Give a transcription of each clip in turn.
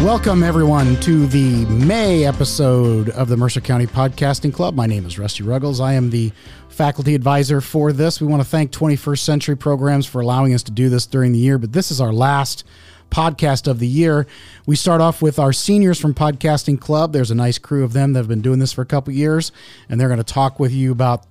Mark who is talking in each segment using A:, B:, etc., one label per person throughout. A: Welcome, everyone, to the May episode of the Mercer County Podcasting Club. My name is Rusty Ruggles. I am the faculty advisor for this. We want to thank 21st Century Programs for allowing us to do this during the year, but this is our last podcast of the year. We start off with our seniors from Podcasting Club. There's a nice crew of them that have been doing this for a couple years, and they're going to talk with you about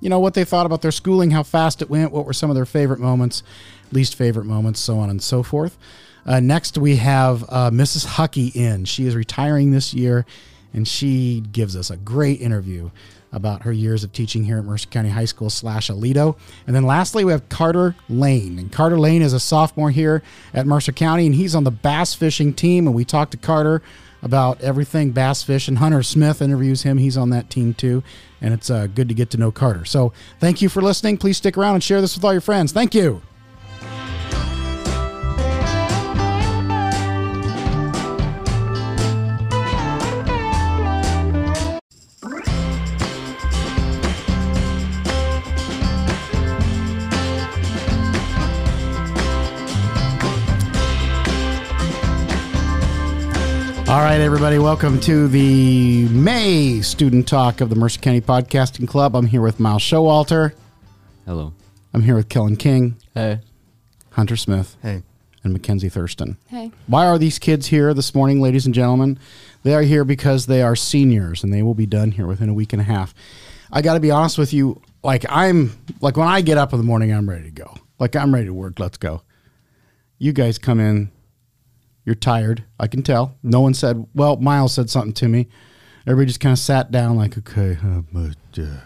A: you know what they thought about their schooling, how fast it went, what were some of their favorite moments, least favorite moments, so on and so forth. Uh, next, we have uh, Mrs. Hucky in. She is retiring this year, and she gives us a great interview about her years of teaching here at Mercer County High School slash Alito. And then lastly, we have Carter Lane. And Carter Lane is a sophomore here at Mercer County, and he's on the bass fishing team. And we talked to Carter about everything bass fishing. Hunter Smith interviews him. He's on that team too. And it's uh, good to get to know Carter. So thank you for listening. Please stick around and share this with all your friends. Thank you. All right, everybody, welcome to the May Student Talk of the Mercer County Podcasting Club. I'm here with Miles Showalter.
B: Hello.
A: I'm here with Kellen King,
B: Hey.
A: Hunter Smith,
C: Hey,
A: and Mackenzie Thurston.
D: Hey.
A: Why are these kids here this morning, ladies and gentlemen? They are here because they are seniors and they will be done here within a week and a half. I got to be honest with you. Like, I'm like, when I get up in the morning, I'm ready to go. Like, I'm ready to work. Let's go. You guys come in. You're tired. I can tell. No one said, well, Miles said something to me. Everybody just kind of sat down, like, okay, uh, but, uh,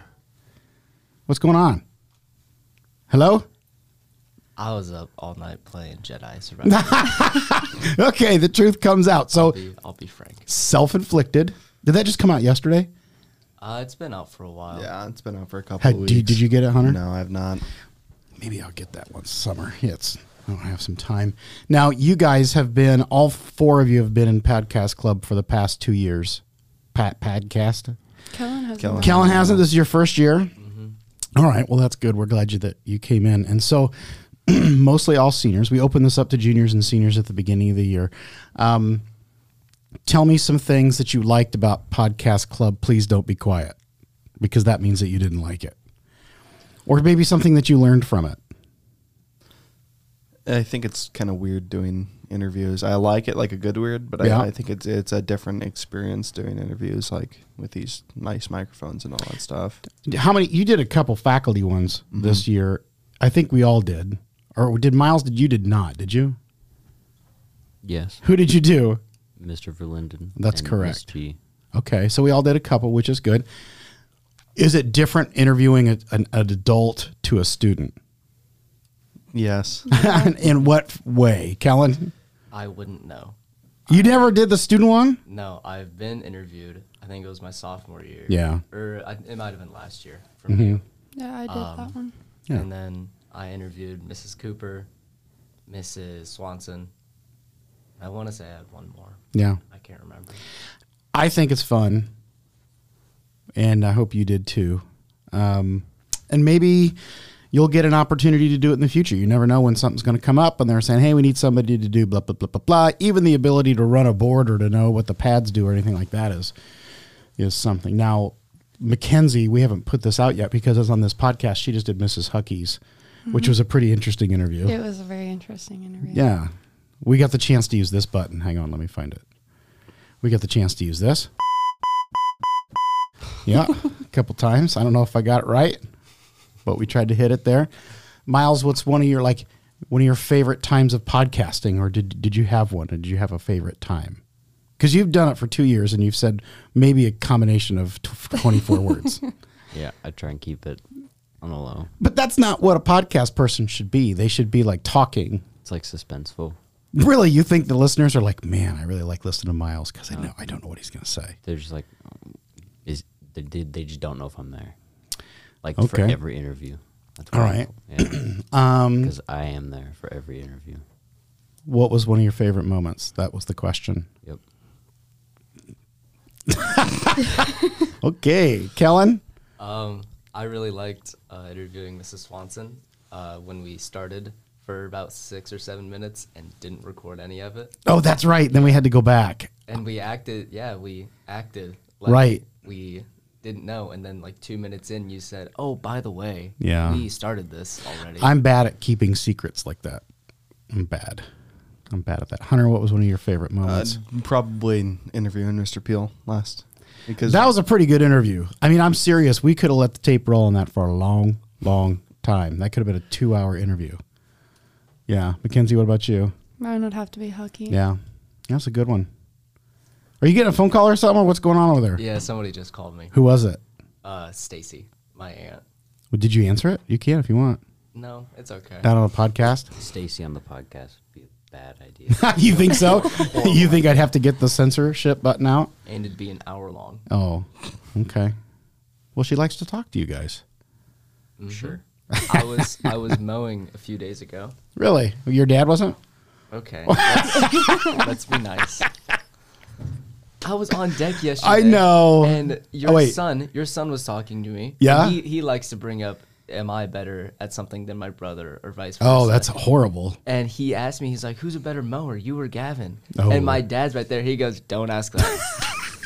A: what's going on? Hello?
B: I was up all night playing Jedi Survivor.
A: Okay, the truth comes out. So,
B: I'll, be, I'll be frank.
A: self inflicted. Did that just come out yesterday?
B: Uh, it's been out for a while.
C: yeah, it's been out for a couple
A: Oh. Had-
C: of
A: did-
C: weeks.
A: did you get it, Hunter?
C: No, I've not.
A: Maybe I'll get that one summer. Yeah, It's I don't have some time. Now, you guys have been all four of you have been in Podcast Club for the past two years. Pat Podcast.
D: Kellen has
C: Kellen.
A: Kellen hasn't. This is your first year. All right. Well, that's good. We're glad you that you came in. And so, mostly all seniors. We open this up to juniors and seniors at the beginning of the year. Um, tell me some things that you liked about Podcast Club. Please don't be quiet, because that means that you didn't like it, or maybe something that you learned from it.
C: I think it's kind of weird doing interviews. I like it like a good weird, but
A: Yeah.
C: I, I think it's it's a different experience doing interviews, like with these nice microphones and all that stuff.
A: How many? You did a couple faculty ones this year. I think we all did. Or did Miles? Did you? Did not? Did you?
B: Yes.
A: Who did you do?
B: Mr. Verlinden.
A: That's
B: and
A: correct.
B: Miss P.
A: Okay, so we all did a couple, which is good. Is it different interviewing a, an, an adult to a student?
C: Yes,
A: In what way, Kellen?
B: I wouldn't know.
A: You never did the student one?
B: No, I've been interviewed. I think it was my sophomore year.
A: Yeah. Mm-hmm.
B: Or I, it might have been last year from you.
D: Yeah, I did
E: Um,
D: that one.
A: Yeah.
B: And then I interviewed Mrs. Cooper, Mrs. Swanson. I want to say I had one more.
A: Yeah.
B: I can't remember.
A: I think it's fun, and I hope you did too. Um, and maybe you'll get an opportunity to do it in the future. You never know when something's going to come up, and they're saying, "Hey, we need somebody to do blah blah blah blah blah." Even the ability to run a board or to know what the pads do or anything like that is is something. Now, Mackenzie, we haven't put this out yet because it's on this podcast. She just did Mrs. Hucky's, which was a pretty interesting interview.
D: It was a very interesting interview.
A: Yeah. We got the chance to use this button. Hang on, let me find it. We got the chance to use this. Yeah, a couple times. I don't know if I got it right, but we tried to hit it there. Miles, what's one of your like one of your favorite times of podcasting or did did you have one? Or did you have a favorite time? Cuz you've done it for 2 years and you've said maybe a combination of tw 24 words.
B: Yeah, I try and keep it on a low.
A: But that's not what a podcast person should be. They should be like talking
B: It's like suspenseful.
A: Really, you think the listeners are like, man, I really like listening to Miles because I know I don't know what he's going to say.
B: They're just like, um, is they, they they just don't know if I'm there. Like for
A: Okay.
B: every interview. That's
A: All
B: what
A: right. Um,
B: I feel, Yeah. because I am there for every interview.
A: What was one of your favorite moments? That was the question.
B: Yep.
A: Okay, Kellen.
B: Um, I really liked uh, interviewing Mrs. Swanson uh, when we started for about six or seven minutes and didn't record any of it.
A: Oh, that's right. Then we had to go back.
B: And we acted, yeah, we acted like
A: Right.
B: we didn't know. And then, like, two minutes in, you said, Oh, by the way,
A: Yeah.
B: we started this already.
A: I'm bad at keeping secrets like that. I'm bad. I'm bad at that. Hunter, what was one of your favorite
C: Uh,
A: moments?
C: probably interviewing Mr. Peel last because
A: that was a pretty good interview. I mean, I'm serious. We could have let the tape roll on that for a long, long time. That could have been a two hour interview. Yeah. Mackenzie, what about you?
D: Mine would have to be Hucky.
A: Yeah. That's a good one. Are you getting a phone call or something? What's going on over there?
B: yeah, somebody just called me.
A: Who was it?
B: Uh, Stacy, my aunt.
A: Well, did you answer it? You can if you want.
B: No, it's okay.
A: Not on a podcast?
E: Stacy on the podcast would be a bad idea.
A: you think so? you think I'd have to get the censorship button out?
B: And it'd be an hour long.
A: Oh, okay. Well, she likes to talk to you guys.
B: Sure. Mm-hmm. I was I was mowing a few days ago.
A: Really? Your dad wasn't?
B: Okay. Let's, let's be nice. I was on deck yesterday.
A: I know.
B: And your
A: Oh, wait.
B: son, your son was talking to me.
A: Yeah?
B: And He, he likes to bring up, am I better at something than my brother or vice versa?
A: Oh, that's horrible.
B: And he asked me, he's like, who's a better mower, you or Gavin?
A: Oh.
B: And my dad's right there. He goes, don't ask that.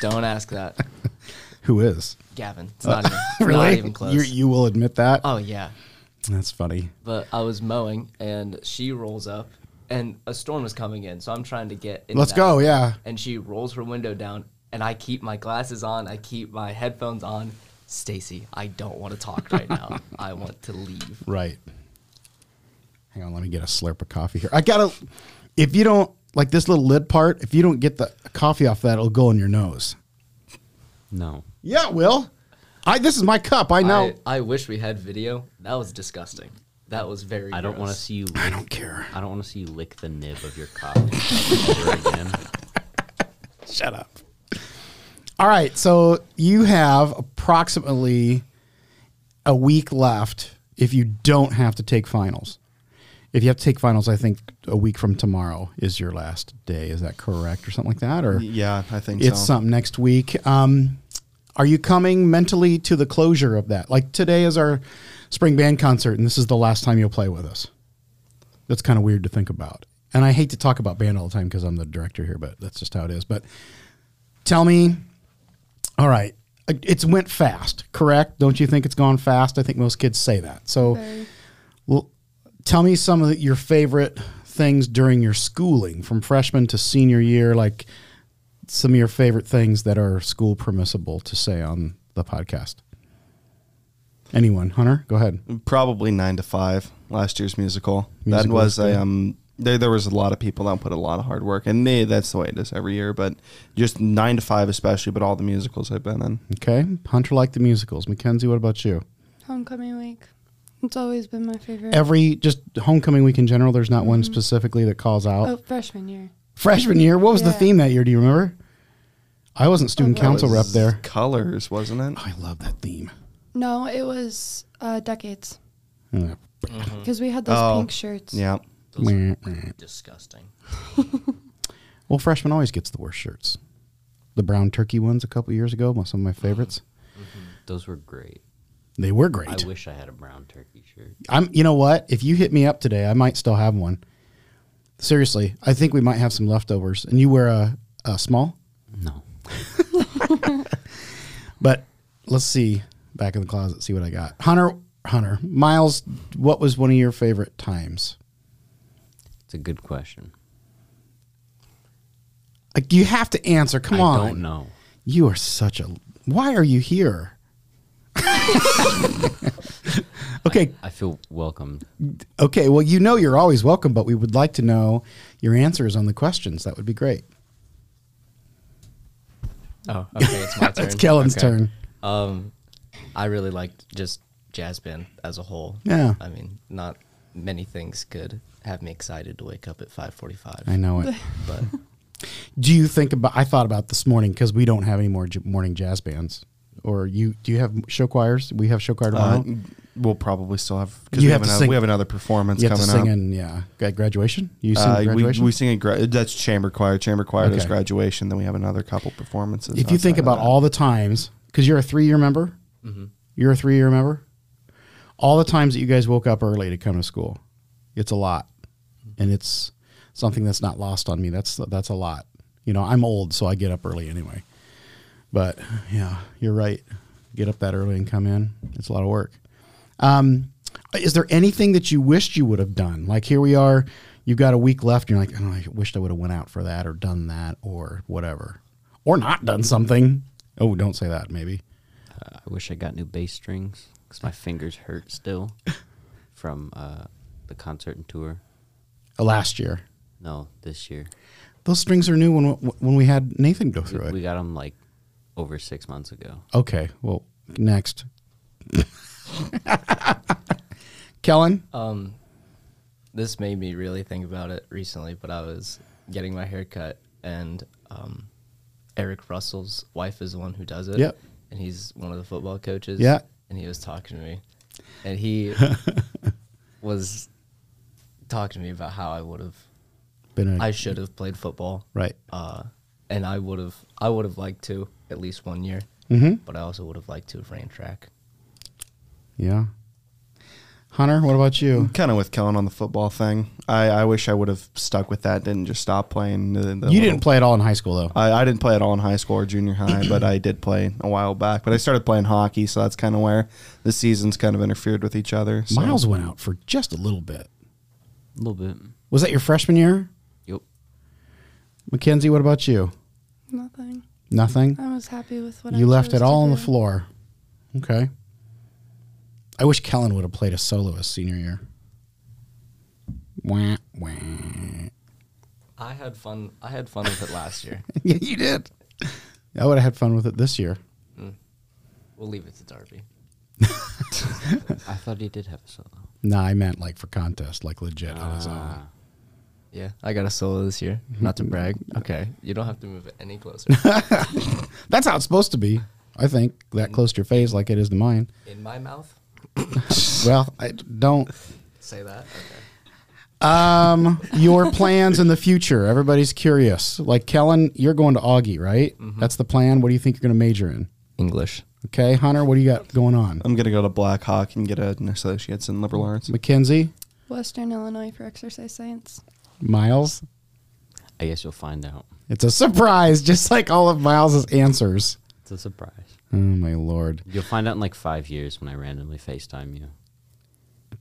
B: don't ask that.
A: Who is?
B: Gavin. It's not, even, it's
A: Uh, Really?
B: not even close.
A: You're- you will admit that?
B: oh, yeah.
A: That's funny.
B: But I was mowing and she rolls up and a storm is coming in. So I'm trying to get in.
A: Let's go. Yeah.
B: and she rolls her window down and I keep my glasses on, I keep my headphones on. Stacy, I don't want to talk right now. I want to leave.
A: Right. Hang on, let me get a slurp of coffee here. I gotta. If you don't like this little lid part, if you don't get the coffee off that, it'll go in your nose.
E: no.
A: Yeah, it will. I. This is my cup. I know.
B: I, I wish we had video. That was disgusting. That was very
E: I don't want to
B: gross.
E: see you. Lick,
A: I don't care.
E: I don't want to see you lick the nib of your coffee ever again.
A: Shut up. All right, so you have approximately a week left if you don't have to take finals. If you have to take finals, I think a week from tomorrow is your last day. Is that correct, or something like that? Or
C: yeah, I think
A: it's
C: so.
A: something next week. Um, are you coming mentally to the closure of that? Like today is our spring band concert, and this is the last time you'll play with us. That's kind of weird to think about, and I hate to talk about band all the time because I'm the director here, but that's just how it is. But tell me, all right, it- it's went fast, correct? Don't you think it's gone fast? I think most kids say that. So.
D: Very-
A: Well, tell me some of the- your favorite things during your schooling, from freshman to senior year. Like some of your favorite things that are school permissible to say on the podcast. Anyone, Hunter, go ahead.
C: probably nine to five last year's musical.
A: Musical
C: that was
A: was good.
C: a um there there was a lot of people that put a lot of hard work and they that's the way it is every year, but just nine to five especially, but all the musicals I've been in.
A: Okay, Hunter liked the musicals. Mackenzie, what about you?
D: Homecoming week. It's always been my favorite.
A: Every just homecoming week in general. There's not one specifically that calls out.
D: oh, freshman year.
A: Freshman year, what was the
D: Yeah.
A: theme that year? Do you remember? I wasn't student
D: that
A: council rep
C: Oh, was
A: there. Oh,
C: Colors, wasn't it?
A: I love that theme.
D: No, it was uh, decades
A: Yeah.
E: Mm-hmm.
D: because we had those
C: Oh,
D: pink shirts.
C: Yeah.
B: Those are disgusting.
A: Well, freshman always gets the worst shirts. The brown turkey ones a couple years ago, were some of my favorites.
E: Those were great.
A: They were great.
E: I wish I had a brown turkey shirt.
A: I'm, you know what? If you hit me up today, I might still have one. Seriously, I think we might have some leftovers. And you wear a, a small,
E: No.
A: but let's see back in the closet, see what I got. Hunter, Hunter, Miles, what was one of your favorite times?
E: It's a good question.
A: Like you have to answer. Come
E: I
A: on.
E: don't know.
A: You are such a. Why are you here? okay,
E: I feel welcomed.
A: Okay, well, you know you're always welcome, but we would like to know your answers on the questions. That would be great.
B: Oh, okay, it's my turn.
A: It's Kellen's
B: Okay.
A: turn.
B: Um, I really liked just jazz band as a whole.
A: Yeah.
B: I mean, not many things could have me excited to wake up at 5:45.
A: I know it.
B: But
A: do you think about? I thought about this morning because we
C: Uh,
A: don't have any more j- morning jazz bands. Or you? Do you have show choirs? We have show choir tomorrow.
C: we'll probably still have
A: You
C: because we
A: have
C: have,
A: to
C: another
A: sing-
C: we have another performance
A: You have
C: coming
A: to sing
C: up.
A: in yeah at graduation. You sing
C: Uh,
A: at
C: we,
A: graduation.
C: we sing at gra- that's chamber choir. Chamber choir does
A: Okay.
C: graduation. Then we have another couple performances.
A: if you think
C: outside
A: about
C: of that.
A: all the times, because you're a three year member, you're a three year member, all the times that you guys woke up early to come to school, it's a lot, and it's something that's not lost on me. That's that's a lot. You know, I'm old, so I get up early anyway. But yeah, you're right. Get up that early and come in. It's a lot of work. Um, is there anything that you wished you would have done? Like here we are, you've got a week left. And you're like, oh, I wished I would have went out for that or done that or whatever, or not done something. Oh, don't say that. Maybe.
E: I wish I got new bass strings because my fingers hurt still from uh, the concert and tour.
A: Uh, last year,
E: No, this year
A: those strings are new when when we had Nathan go
E: we,
A: through
E: we
A: it.
E: got them like over six months ago.
A: Okay. Well, next. Kellen,
B: Um, this made me really think about it recently, but I was getting my hair cut, and um, Eric Russell's wife is the one who does it.
A: Yep.
B: And he's one of the football coaches.
A: Yeah.
B: And he was talking to me, and he was talking to me about how I would have,
A: been a,
B: I should have played football.
A: right.
B: Uh, and I would have, I would have liked to at least one year,
A: Mm-hmm.
B: but I also would have liked to have ran track.
A: Yeah. Hunter, what about you?
C: kind of with Kellen on the football thing, I, I wish I would have stuck with that. Didn't just stop playing. The, the
A: You
C: little-
A: didn't play at all in high school, though.
C: I, I didn't play at all in high school or junior high, but I did play a while back. But I started playing hockey, so that's kind of where the seasons kind of interfered with each other. So.
A: Miles went out for just a little bit.
E: A little bit.
A: Was that your freshman year?
E: Yep.
A: Mackenzie, what about you?
D: Nothing.
A: Nothing?
D: I was happy with Uh, what I
A: You left
D: chose
A: it
D: to
A: all on the
D: do.
A: floor. Okay. I wish Kellen would have played a solo his senior year. Wah, wah.
B: I had fun. I had fun with it last year.
A: yeah, you did. I would have had fun with it this year.
B: We'll leave it to Darby.
E: I thought he did have a solo.
A: Nah, I meant like for contest, like legit on his own.
E: Ah.
B: Yeah, I got a solo this year. Not to brag. Okay, you don't have to move it any closer.
A: That's how it's supposed to be. I think that close to your face, like it is to mine.
B: In my mouth.
A: Well, I don't.
B: Say that. Okay.
A: Um, your plans in the future. Everybody's curious. Like Kellen, you're going to Augie, right? That's the plan. What do you think you're going to major in?
B: English.
A: Okay, Hunter, what do you got going on?
C: I'm gonna go to Black Hawk and get an associate's in liberal arts.
A: Mackenzie,
D: Western Illinois for exercise science.
A: Miles.
E: I guess you'll find out.
A: It's a surprise, just like all of Miles's answers.
E: It's a surprise.
A: Oh my lord!
E: You'll find out in like five years when I randomly FaceTime you.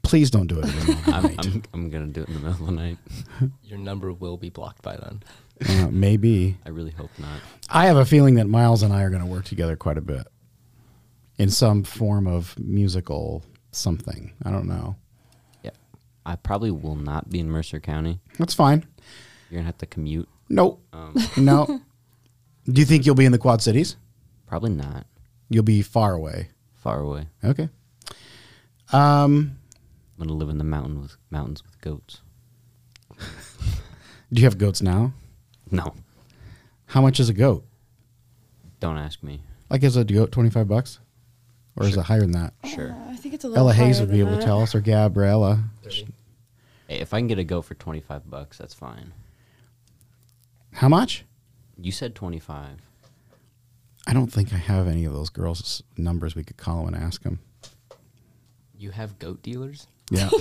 A: Please don't do it. anymore.
E: I'm, I'm, I'm gonna do it in the middle of the night.
B: Your number will be blocked by then.
A: uh, maybe
E: I really hope not.
A: I have a feeling that Miles and I are going to work together quite a bit in some form of musical something. I don't know.
E: Yeah. I probably will not be in Mercer County.
A: That's fine.
E: You're gonna have to commute.
A: Nope.
E: Um,
A: No. Do you think you'll be in the Quad Cities?
E: probably not.
A: You'll be far away.
E: Far away.
A: Okay. Um,
E: I'm gonna live in the mountain with mountains with goats.
A: do you have goats now?
E: No,
A: How much is a goat?
E: don't ask me.
A: Like, is a goat twenty five bucks, or is it higher than that?
E: Sure.
D: Uh, I think it's a little.
A: Ella Hayes
D: higher
A: would be
D: than
A: able to
D: that.
A: tell us, or Gabriella.
E: Hey, if I can get a goat for 25 bucks, that's fine.
A: How much?
E: You said 25.
A: I don't think I have any of those girls' numbers. We could call them and ask them.
B: You have goat dealers.
A: Yeah.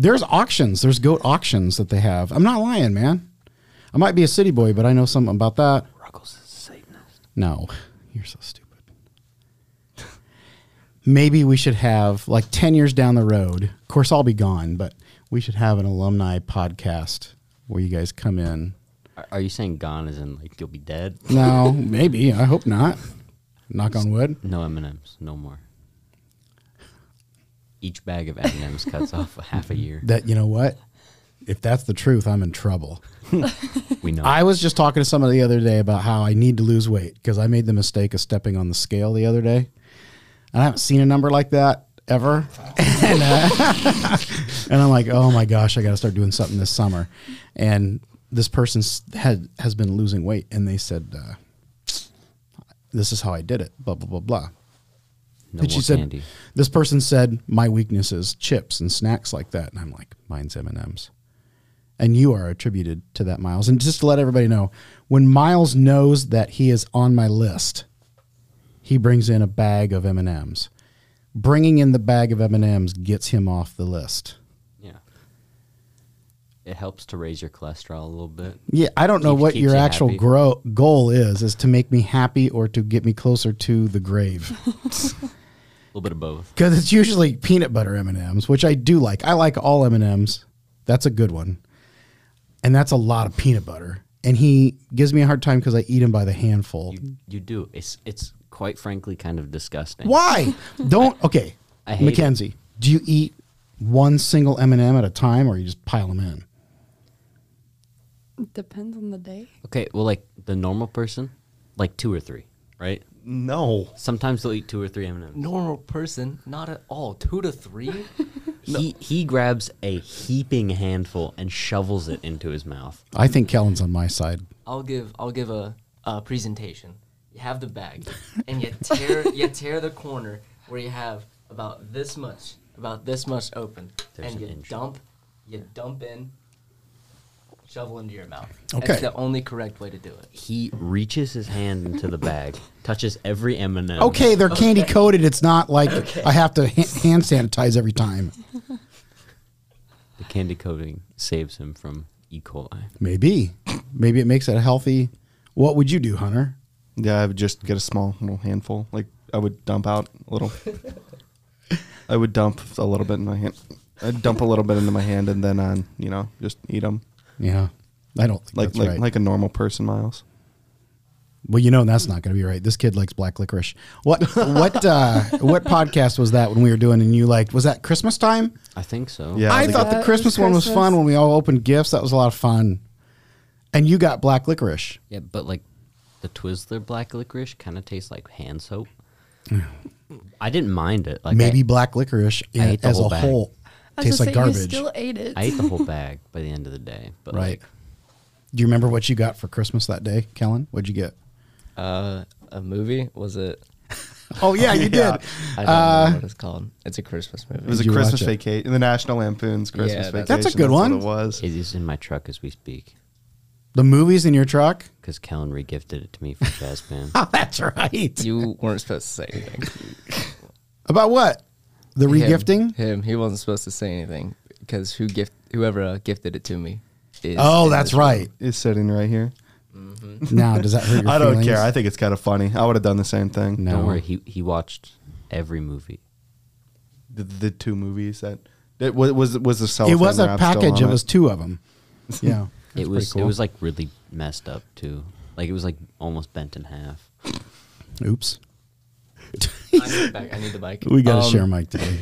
A: There's auctions. There's goat auctions that they have. I'm not lying, man. I might be a city boy, but I know something about that.
E: Ruggles is a Satanist.
A: No, you're so stupid. Maybe we should have like 10 years down the road. Of course, I'll be gone, but we should have an alumni podcast where you guys come in.
E: Are, are you saying gone as in like you'll be dead?
A: No, maybe. I hope not. Knock on wood.
E: No M&Ms, no more. Each bag of M&Ms cuts off a half a year.
A: That, you know what? If that's the truth, I'm in trouble.
E: We know.
A: I was just talking to somebody the other day about how I need to lose weight because I made the mistake of stepping on the scale the other day. And I haven't seen a number like that ever. and, uh, and I'm like, oh my gosh, I got to start doing something this summer. And this person had, has been losing weight. And they said, uh, this is how I did it, blah, blah, blah, blah.
E: No
A: and she
E: more
A: said,
E: candy.
A: "This person said my weakness is chips and snacks like that," and I'm like, "Mine's M and M's," and you are attributed to that, Miles. And just to let everybody know, when Miles knows that he is on my list, he brings in a bag of M and M's. Bringing in the bag of M and M's gets him off the list.
E: Yeah. It helps to raise your cholesterol a little bit.
A: Yeah, I don't know
E: Keeps-
A: what
E: keeps
A: your
E: you
A: actual
E: happy.
A: grow, goal is, is to make me happy or to get me closer to the grave.
E: A little bit of both.
A: Because it's usually peanut butter M&Ms, which I do like. I like all M&Ms. That's a good one. And that's a lot of peanut butter. And he gives me a hard time because I eat them by the handful.
E: You, you do. It's it's quite frankly kind of disgusting.
A: Why? don't, okay.
E: I hate it.
A: Mackenzie, do you eat one single M&M at a time or you just pile them in?
D: Depends on the day.
E: Okay, well, like the normal person, like two or three, right?
C: No.
E: Sometimes they'll eat two or three M and M's.
B: Normal person, not at all. Two to three.
E: He he grabs a heaping handful and shovels it into his mouth.
A: I think Kellen's on my side.
B: I'll give I'll give a, a presentation. You have the bag, and you tear you tear the corner where you have about this much, about this much open,
E: There's
B: and
E: an
B: you
E: inch.
B: dump, you dump in, shovel into your mouth.
A: Okay.
B: that's the only correct way to do it.
E: He reaches his hand into the bag, touches every M and m
A: Okay, they're candy coated. It's not like I have to ha- hand sanitize every time.
E: The candy coating saves him from E. coli.
A: Maybe. Maybe it makes it a healthy. What would you do, Hunter?
C: Yeah, I would just get a small little handful. Like I would dump out a little. I would dump a little bit in my hand. I'd dump a little bit into my hand and then on, you know, just eat them
A: Yeah. I don't think
C: like
A: that's
C: like
A: right.
C: like a normal person, Miles.
A: Well, you know that's not going to be right. This kid likes black licorice. What what uh, what podcast was that when we were doing? And you like was that Christmas time?
E: I think so.
C: Yeah.
A: I
C: think-
A: thought
D: That
A: the
D: was
A: Christmas one was
D: Christmas.
A: fun when we all opened gifts. That was a lot of fun. And you got black licorice.
E: Yeah, but like the Twizzler black licorice kind of tastes like hand soap. I didn't mind it. Like
A: Maybe
E: I,
A: black licorice
E: I ate the
A: as
E: whole
A: a
E: bag.
A: whole
D: I
A: tastes
D: was gonna
A: like
D: say,
A: garbage.
D: You still ate it.
E: I ate the whole bag by the end of the day. But
A: right.
E: like,
A: Do you remember what you got for Christmas that day, Kellen? What'd you get?
B: Uh, a movie was it?
A: Oh yeah, you
C: Yeah.
A: did.
B: I don't
A: Uh,
B: know what it's called. It's a Christmas movie.
C: It was
A: Did you
C: a
A: watch
C: Christmas
A: it?
C: vacation, the National Lampoon's Christmas
B: that's-
C: vacation.
A: That's a good
C: what
A: one.
C: it was.
E: it is in my truck as we speak
A: The movies in your truck.
E: because Kellen regifted it to me from Jazz Band.
A: Oh, that's right.
B: you weren't supposed to say anything.
A: About what? The
B: Him-
A: regifting.
B: Him, He wasn't supposed to say anything because who gift whoever uh, gifted it to me. Is
A: Oh,
B: in
A: that's
B: this room.
A: right.
C: Is sitting right here.
A: Now, does that hurt your
C: I don't
A: feelings?
C: care. I think it's kind of funny. I would have done the same thing.
A: No.
E: Don't worry, he he watched every movie.
C: The, the two movies that it was was was the cell.
A: it was a package. It was two of them. Yeah,
E: it was it was like really messed up too. Like it was like almost bent in half.
A: Oops,
B: I need the bike. I need the bike.
A: we got to
B: Um,
A: share mic today.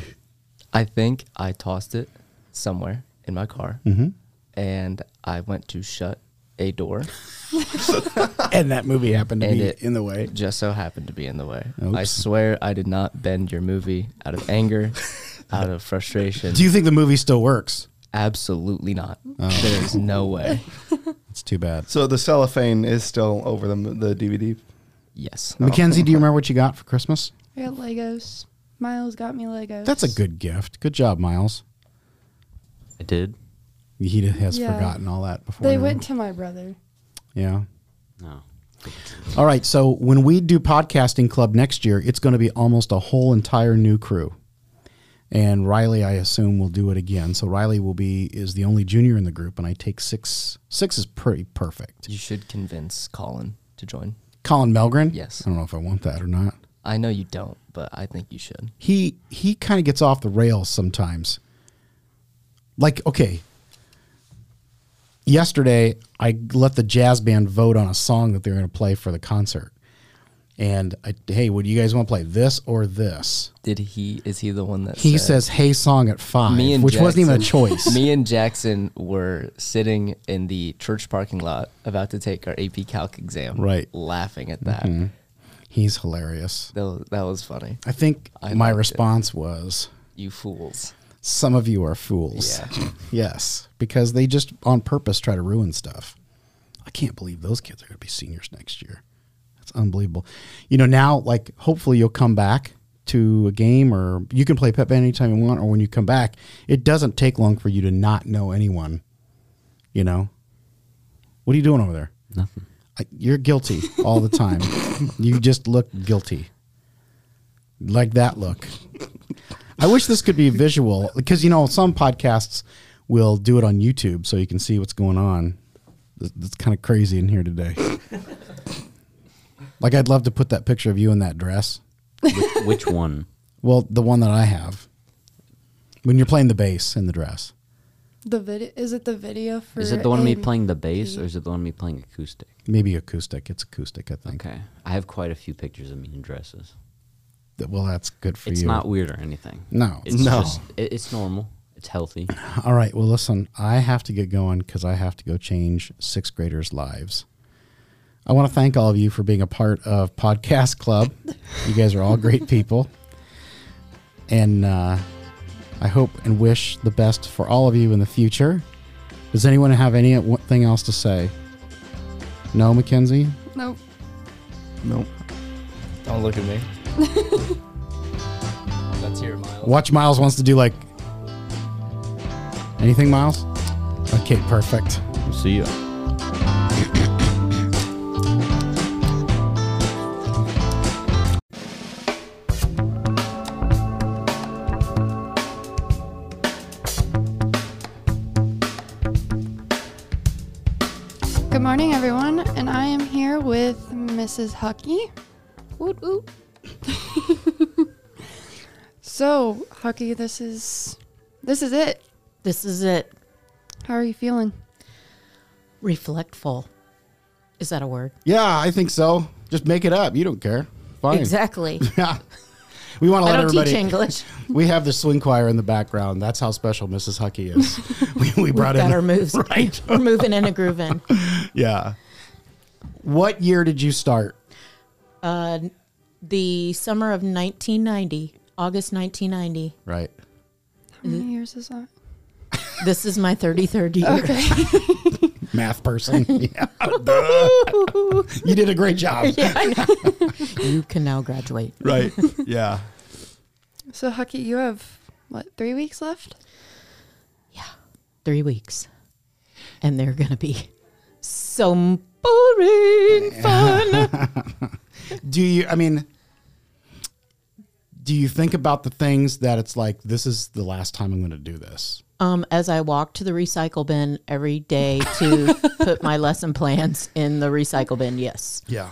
B: I think I tossed it somewhere in my car,
A: Mm-hmm.
B: and I went to shut a door,
A: and that movie happened to
B: and
A: be
B: it
A: in the way.
B: It just so happened to be in the way. I
A: Oops.
B: swear I did not bend your movie out of anger, out of frustration.
A: Do you Oh. think the movie still works?
B: Absolutely not. There is no way.
A: It's too bad.
C: so the cellophane is still over the the DVD.
B: Yes. Oh.
A: Mackenzie, do you remember what you got for Christmas?
D: I got Legos. Miles got me Legos.
A: That's a good gift. Good job, Miles.
E: I did.
A: He has
D: Yeah.
A: forgotten all that before.
D: They
A: now.
D: went to my brother.
A: Yeah.
E: No.
A: All right. So when we do podcasting club next year, it's going to be almost a whole entire new crew. And Riley, I assume, will do it again. So Riley will be is the only junior in the group, and I take six. Six is pretty perfect.
B: You should convince Colin to join.
A: Colin Melgren.
B: Yes.
A: I don't know if I want that or not.
B: I know you don't, but I think you should.
A: He he kind of gets off the rails sometimes. Like okay. Yesterday, I let the jazz band vote on a song that they're going to play for the concert. And I, hey, what do you guys want to play? This or this?
B: Did he? Is he the one that
A: He
B: said-
A: says, "Hey, song at five,
B: me and
A: which wasn't even a
B: Jackson-
A: choice.
B: Me and Jackson were sitting in the church parking lot about to take our AP Calc exam.
A: Right. Mm-hmm.
B: Laughing at that.
A: He's hilarious.
B: That, was, that was funny.
A: I think
B: I
A: my
B: liked it.
A: response was,
B: You fools.
A: "Some of you are fools."
B: Yeah.
A: yes, because they just on purpose try to ruin stuff. I can't believe those kids are going to be seniors next year. That's unbelievable. You know, now like hopefully you'll come back to a game or you can play Pet Band anytime you want or when you come back, it doesn't take long for you to not know anyone. You know? What are you doing over there?
E: Nothing.
A: I, you're guilty all the time. you just look guilty. Like that look. I wish this could be visual because, you know, some podcasts will do it on YouTube so you can see what's going on. It's- It's kind of crazy in here today. like, I'd love to put that picture of you in that dress.
E: Which, which one?
A: Well, the one that I have. When you're playing the bass in the dress.
D: The video is it the video for?
E: Is it the one of me
D: AV?
E: playing the bass or is it the one of me playing acoustic?
A: Maybe acoustic. It's acoustic, I think.
E: Okay. I have quite a few pictures of me in dresses.
A: Th- Well, that's good for
E: It's
A: you.
E: not weird or anything.
A: No.
E: It's
C: No.
E: just it, it's normal. It's healthy.
A: All right. Well, listen, I have to get going because I have to go change sixth graders' lives. I want to thank all of you for being a part of Podcast Club. you guys are all great people. And uh, I hope and wish the best for all of you in the future. Does anyone have anything else to say? No, Mackenzie?
D: Nope.
C: Nope.
B: Don't look at me. That's your Miles.
A: Watch Miles wants to do like anything, Miles? Okay, perfect.
E: See ya.
D: Good morning, everyone, and I am here with Mrs. Hucky. Woot woot. so, Hucky, this is this is it.
F: This is it.
D: How are you feeling?
F: Reflectful. Is that a word?
A: Yeah, I think so. Just make it up. You don't care. Fine.
F: Exactly.
A: Yeah. We want to
F: I
A: let
F: don't
A: everybody.
F: teach English.
A: We have the swing choir in the background. That's how special Mrs. Hucky is. we, we
F: We've
A: brought
F: got
A: in.
F: our moves.
A: Right.
F: We're moving in a grooving.
A: Yeah. What year did you start?
F: Uh, the summer of 1990, August 1990.
A: Right.
D: How many years is that?
F: This is my 33rd year.
A: Math person. yeah. You did a great job.
F: Yeah, I know. you can now graduate.
A: Right. Yeah.
D: So, Hucky, you have what three weeks left?
F: Three weeks. And they're going to be so boring fun.
A: Do you, I mean, do you think about the things that it's like, this is the last time I'm going to do this?
F: um, as I walk to the recycle bin every day to put my lesson plans in the recycle bin, yes.
A: Yeah.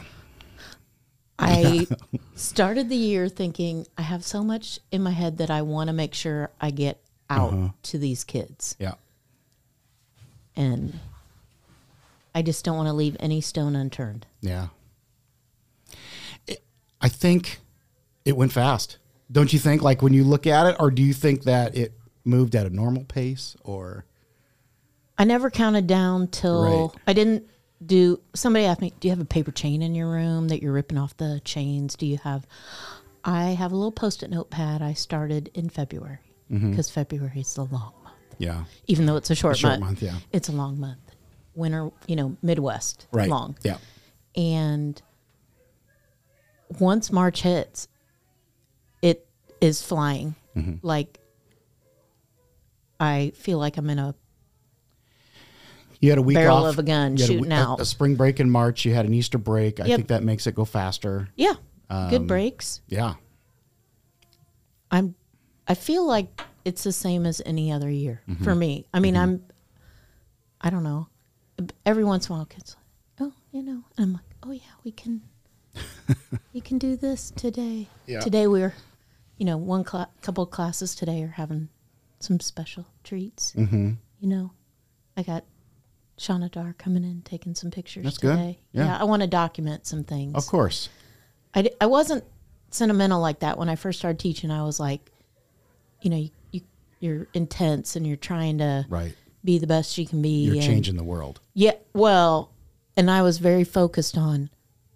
F: I started the year thinking I have so much in my head that I want to make sure I get out
A: Uh-huh.
F: to these kids.
A: Yeah.
F: And I just don't want to leave any stone unturned.
A: Yeah. It, I think it went fast. Don't you think? Like when you look at it, or do you think that it moved at a normal pace? Or
F: I never counted down till
A: Right.
F: I didn't do. Somebody asked me, Do you have a paper chain in your room that you're ripping off the chains? Do you have. I have a little post it notepad I started in February because February is the long month.
A: yeah,
F: Even though it's a short,
A: Mm-hmm. short month, yeah.
F: It's a long month. Winter, you know, Midwest,
A: right?
F: long.
A: Yeah,
F: and once March hits, it is flying. Like I feel like I'm in a
A: you had a week
F: Barrel
A: off,
F: of a gun,
A: you had
F: shooting
A: a, we- a-
F: out.
A: A, spring break in March. You had an Easter break. I
F: Yep.
A: think that makes it go faster.
F: yeah, good breaks.
A: Yeah,
F: I'm I feel like it's the same as any other year
A: Mm-hmm.
F: for me. I mean, I'm I don't know. Every once in a while, kids, oh, you know, and I'm like, oh yeah, we can we can do this today.
A: Yeah.
F: Today we're, you know, one cla- couple of classes today are having some special treats. Mm-hmm. You know, I got Shauna Dar coming in taking some pictures
A: That's good.
F: today.
A: Yeah.
F: I want to document some things.
A: of course.
F: I, di- I wasn't sentimental like that when I first started teaching. I was like, you know, you, you you're intense and you're trying to
A: Right,
F: be the best you can be.
A: you're
F: and-
A: changing the world.
F: Yeah, well, and I was very focused on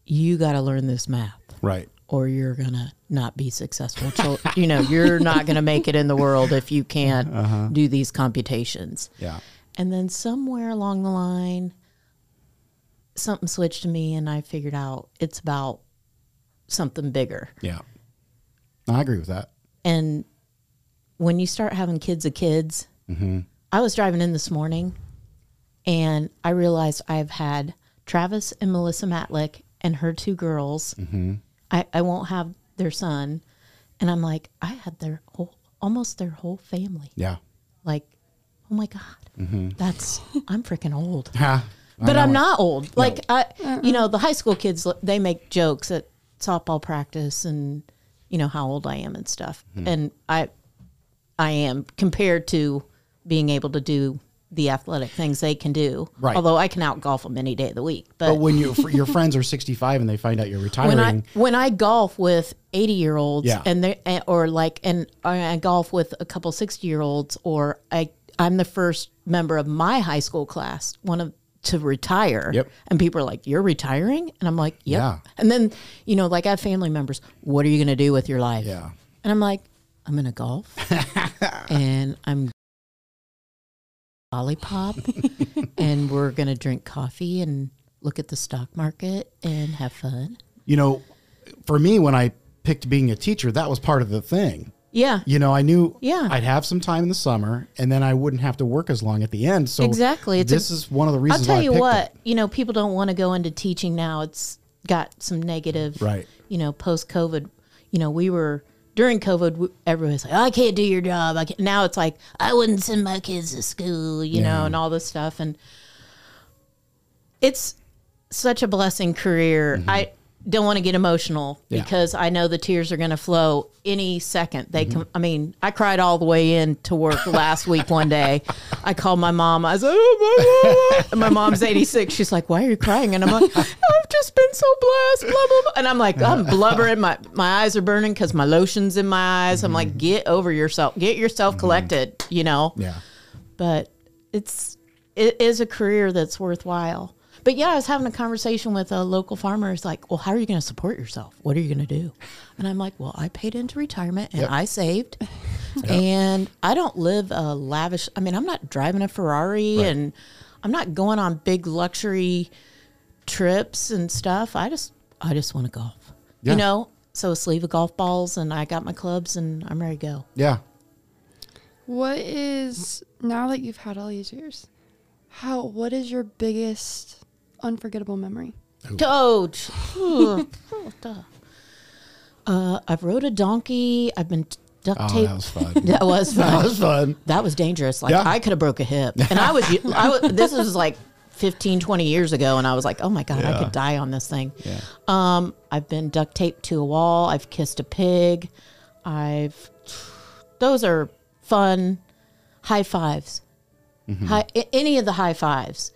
F: you got to learn this math
A: Right,
F: or you're gonna not be successful. So, you know, you're not gonna make it in the world if you can't
A: Uh-huh.
F: do these computations.
A: yeah,
F: And then somewhere along the line, something switched to me, and I figured out it's about something bigger
A: yeah, I agree with that.
F: and when you start having kids of kids i was driving in this morning and i realized i've had travis and melissa matlick and her two girls I, I won't have their son and i'm like i had their whole almost their whole family
A: Yeah.
F: like oh my god that's i'm freaking old
A: Ha. I
F: but
A: know
F: I'm
A: it.
F: not old. Like I, you know, the high school kids they make jokes at softball practice and you know how old I am and stuff.
A: Hmm.
F: And I, I am compared to being able to do the athletic things they can do.
A: Right.
F: Although I can out golf them any day of the week. But,
A: But when you, your friends are 65 and they find out you're retiring,
F: when I when I golf with eighty year olds
A: Yeah.
F: and they and- or like and I golf with a couple sixty year olds or I I'm the first member of my high school class one of to retire.
A: Yep.
F: And people are like, "You're retiring," and I'm like, yep.
A: Yeah.
F: And then you know, like I have family members. What are you going to do with your life?
A: Yeah.
F: And I'm like, I'm going to golf, and I'm lollipop, and we're going to drink coffee and look at the stock market and have fun.
A: you know, for me, when I picked being a teacher, that was part of the thing.
F: Yeah.
A: You know, I knew
F: Yeah.
A: I'd have some time in the summer and then I wouldn't have to work as long at the end. So
F: Exactly. It's a-
A: this is one of the
F: I'll
A: reasons
F: tell
A: why I
F: you
A: picked
F: what,
A: it.
F: you know, people don't want to go into teaching now. It's got some negative,
A: Right.
F: You know, post COVID, you know, we were during COVID, we- everybody's like, I can't do your job. I can't. Now it's like, I wouldn't send my kids to school, you know, and all this stuff. And it's such a blessing career. I don't want to get emotional
A: Mm-hmm. Yeah.
F: because I know the tears are going to flow any second. They can. I mean, I cried all the way in to work last week. One day, I called my mom. I was like, oh, my, mom. And my mom's eighty six. She's like, why are you crying? And I'm like, I've just been so blessed. Blah blah. blah. And I'm like, I'm blubbering. My my eyes are burning because my lotion's in my eyes. I'm like, get over yourself. Get yourself collected. You know
A: Yeah.
F: but it's it is a career that's worthwhile. But yeah, I was having a conversation with a local farmer. It's like, well, how are you going to support yourself? What are you going to do? And I'm like, well, I paid into retirement and I saved, and I don't live a lavish. I mean, I'm not driving a Ferrari and I'm not going on big luxury trips and stuff. I just I just want to golf,
A: Yeah.
F: you know. So a sleeve of golf balls, and I got my clubs, and I'm ready to go.
A: Yeah.
D: What is now that you've had all these years? How? What is your biggest unforgettable memory?
F: Doge.
A: Hmm.
F: Ugh. Duh. uh, I've rode a donkey. I've been duct
A: Oh,
F: taped.
A: that was fun.
F: That was fun.
A: that was fun.
F: That was dangerous. Like
A: Yeah.
F: I could have broke a hip, and I was. I was. This was like 15, 20 years ago, and I was like, oh my god, I could die on this thing. Um, I've been duct taped to a wall. I've kissed a pig. I've. Those are fun. High fives.
A: Mm-hmm.
F: Hi, a- any of the high 5s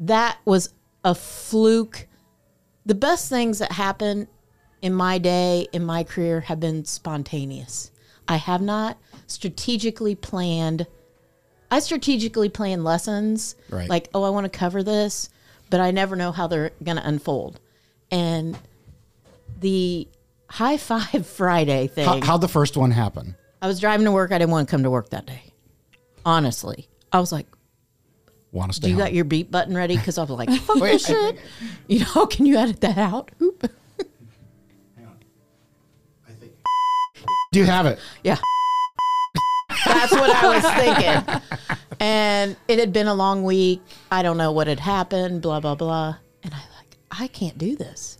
F: That was a fluke. The best things that happened in my day, in my career, have been spontaneous. I have not strategically planned. I strategically plan lessons,
A: Right.
F: like, oh, I want to cover this, but I never know how they're going to unfold. And the high five Friday thing.
A: How, how'd the first one happen?
F: I was driving to work. I didn't want to come to work that day. Honestly, I was like,
A: Want to stay
F: do you
A: home.
F: got your beat button ready? Because I was like, fuck this shit. You know, can you edit that out? Oop.
A: Do you have it?
F: Yeah. That's what I was thinking. And it had been a long week. I don't know what had happened, blah, blah, blah. And I like, I can't do this.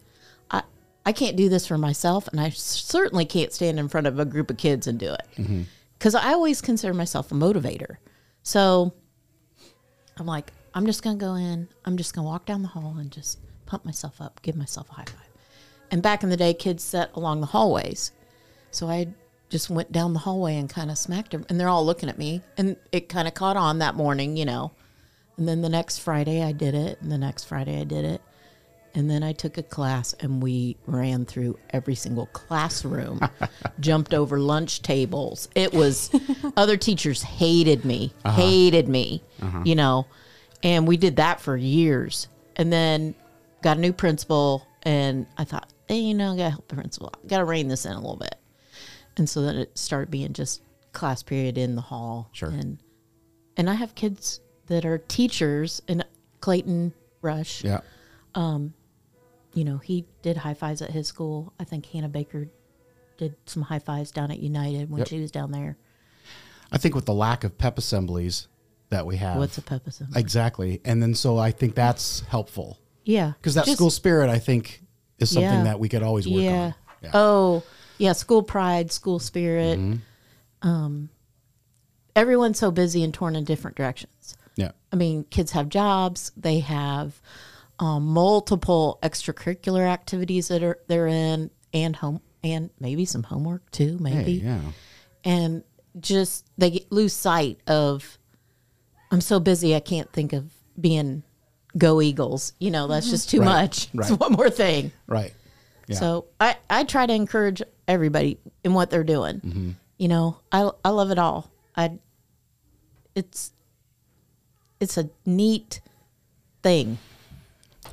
F: I I can't do this for myself. And I certainly can't stand in front of a group of kids and do it. Because I always consider myself a motivator. So I'm like, I'm just gonna go in. I'm just gonna walk down the hall and just pump myself up, give myself a high five. And back in the day, kids sat along the hallways, so I just went down the hallway and kind of smacked them, and they're all looking at me, and it kind of caught on that morning, you know. And then the next Friday, I did it, and the next Friday, I did it, and then I took a class, and we ran through every single classroom, jumped over lunch tables. It was other teachers hated me, hated me, you know, and we did that for years. And then got a new principal, and I thought, hey, you know, I gotta help the principal, gotta rein this in a little bit. And so then it started being just class period in the hall.
A: Sure.
F: And and I have kids that are teachers in Clayton Rush
A: Yeah.
F: you know, he did high fives at his school. I think Hannah Baker did some high fives down at United when
A: Yep.
F: she was down there.
A: I think with the lack of pep assemblies that we have.
F: What's a pep assembly?
A: Exactly. And then so I think that's helpful
F: yeah,
A: because that
F: Just-
A: school spirit, I think, is something
F: Yeah.
A: that we could always work
F: yeah.
A: on. Yeah.
F: Oh, yeah. School pride, school spirit. Um,
A: Mm-hmm.
F: everyone's so busy and torn in different directions.
A: yeah.
F: I mean, kids have jobs. They have um, multiple extracurricular activities that are they're in, and home, and maybe some homework too.
A: Hey,
F: Maybe
A: yeah.
F: and just they get, lose sight of i'm so busy i can't think of being go eagles you know that's just too
A: Right,
F: much
A: right.
F: it's one more thing
A: Right. Yeah.
F: so i i try to encourage everybody in what they're doing
A: Mm-hmm.
F: you know i i love it all i it's it's a neat thing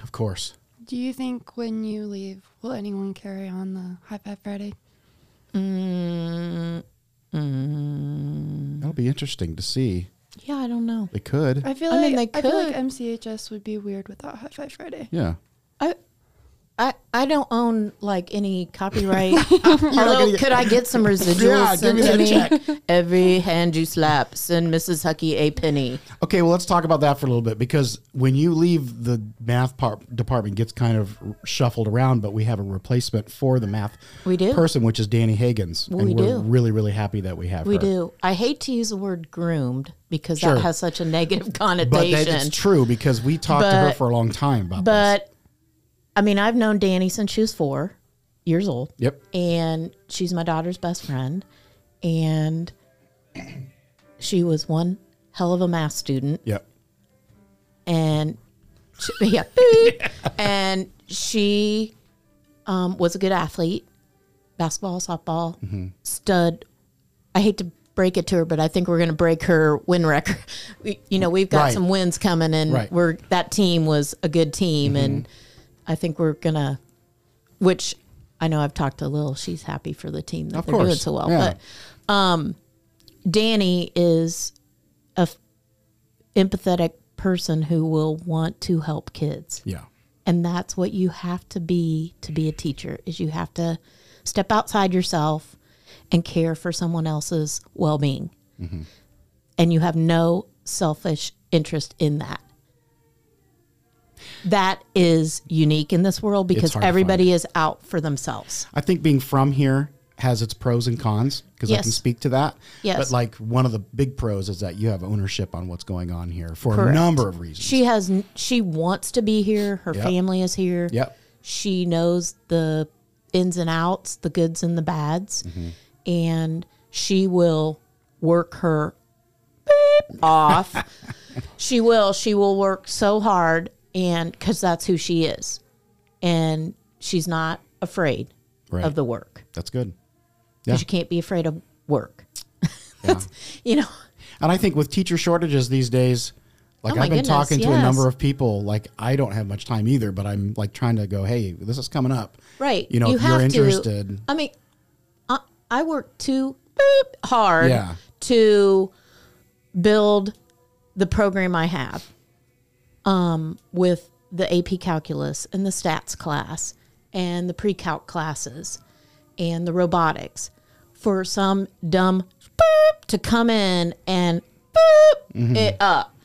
A: of course.
D: Do you think when you leave, will anyone carry on the High Five Friday?
F: Mm.
A: That'll be interesting to see.
F: yeah i don't know
A: They could.
D: I feel
F: I
D: like
F: mean, they
D: I feel like
F: could.
D: MCHS would be weird without High Five Friday.
A: yeah.
F: I I I don't own like any copyright. Although, could I get some residuals
A: Yeah, give
F: sent
A: me
F: to
A: that
F: me?
A: check.
F: Every hand you slap, send Mrs. Hucky a penny.
A: Okay, well, let's talk about that for a little bit because when you leave, the math par- department gets kind of shuffled around, but we have a replacement for the math
F: We do.
A: person, which is Danny Higgins.
F: We
A: and we're
F: do.
A: really, really happy that we have
F: We
A: her.
F: do. I hate to use the word groomed because
A: Sure.
F: that has such a negative
A: But
F: connotation.
A: that, it's true because we talked to her
F: But-
A: for a long time about this.
F: But I mean, I've known Danny since she was four years old.
A: Yep.
F: And she's my daughter's best friend. And she was one hell of a math student.
A: Yep.
F: and she, yeah, beep. and she um, was a good athlete, basketball, softball,
A: Mm-hmm.
F: stud. I hate to break it to her, but I think we're going to break her win record. We, you know, we've got
A: Right.
F: some wins coming, and
A: Right. Mm-hmm.
F: we're that team was a good team, and I think we're gonna, which. I know I've talked to Lil. She's happy for the team that
A: Of
F: they're doing
A: course.
F: so well.
A: Yeah.
F: But um, Danny is empathetic person who will want to help kids.
A: Yeah.
F: And that's what you have to be to be a teacher is you have to step outside yourself and care for someone else's well-being.
A: Mm-hmm.
F: And you have no selfish interest in that. That is unique in this world because
A: hard to
F: everybody is out for themselves.
A: I think being from here has its pros and cons because I can
F: Yes.
A: speak to that.
F: Yes.
A: But like one of the big pros is that you have ownership on what's going on here for a
F: Correct.
A: number of reasons.
F: She has n- she wants to be here. Her
A: Yep.
F: family is here.
A: Yep.
F: She knows the ins and outs, the goods and the bads,
A: Mm-hmm.
F: and she will work her beep off. she will. She will work so hard, and because that's who she is, and she's not afraid
A: Right.
F: of the work.
A: That's good. Yeah.
F: Because you can't be afraid of work. you know.
A: And I think with teacher shortages these days, like
F: Oh my
A: I've been
F: goodness,
A: talking to a
F: yes.
A: number of people, like I don't have much time either, but I'm like trying to go, hey, this is coming up.
F: Right.
A: You know, if you're interested.
F: To, I mean, I, I work too beep, hard
A: Yeah.
F: to build the program I have um, with the AP calculus and the stats class and the pre calc classes and the robotics for some dumb boop to come in and boop
A: Mm-hmm.
F: it up.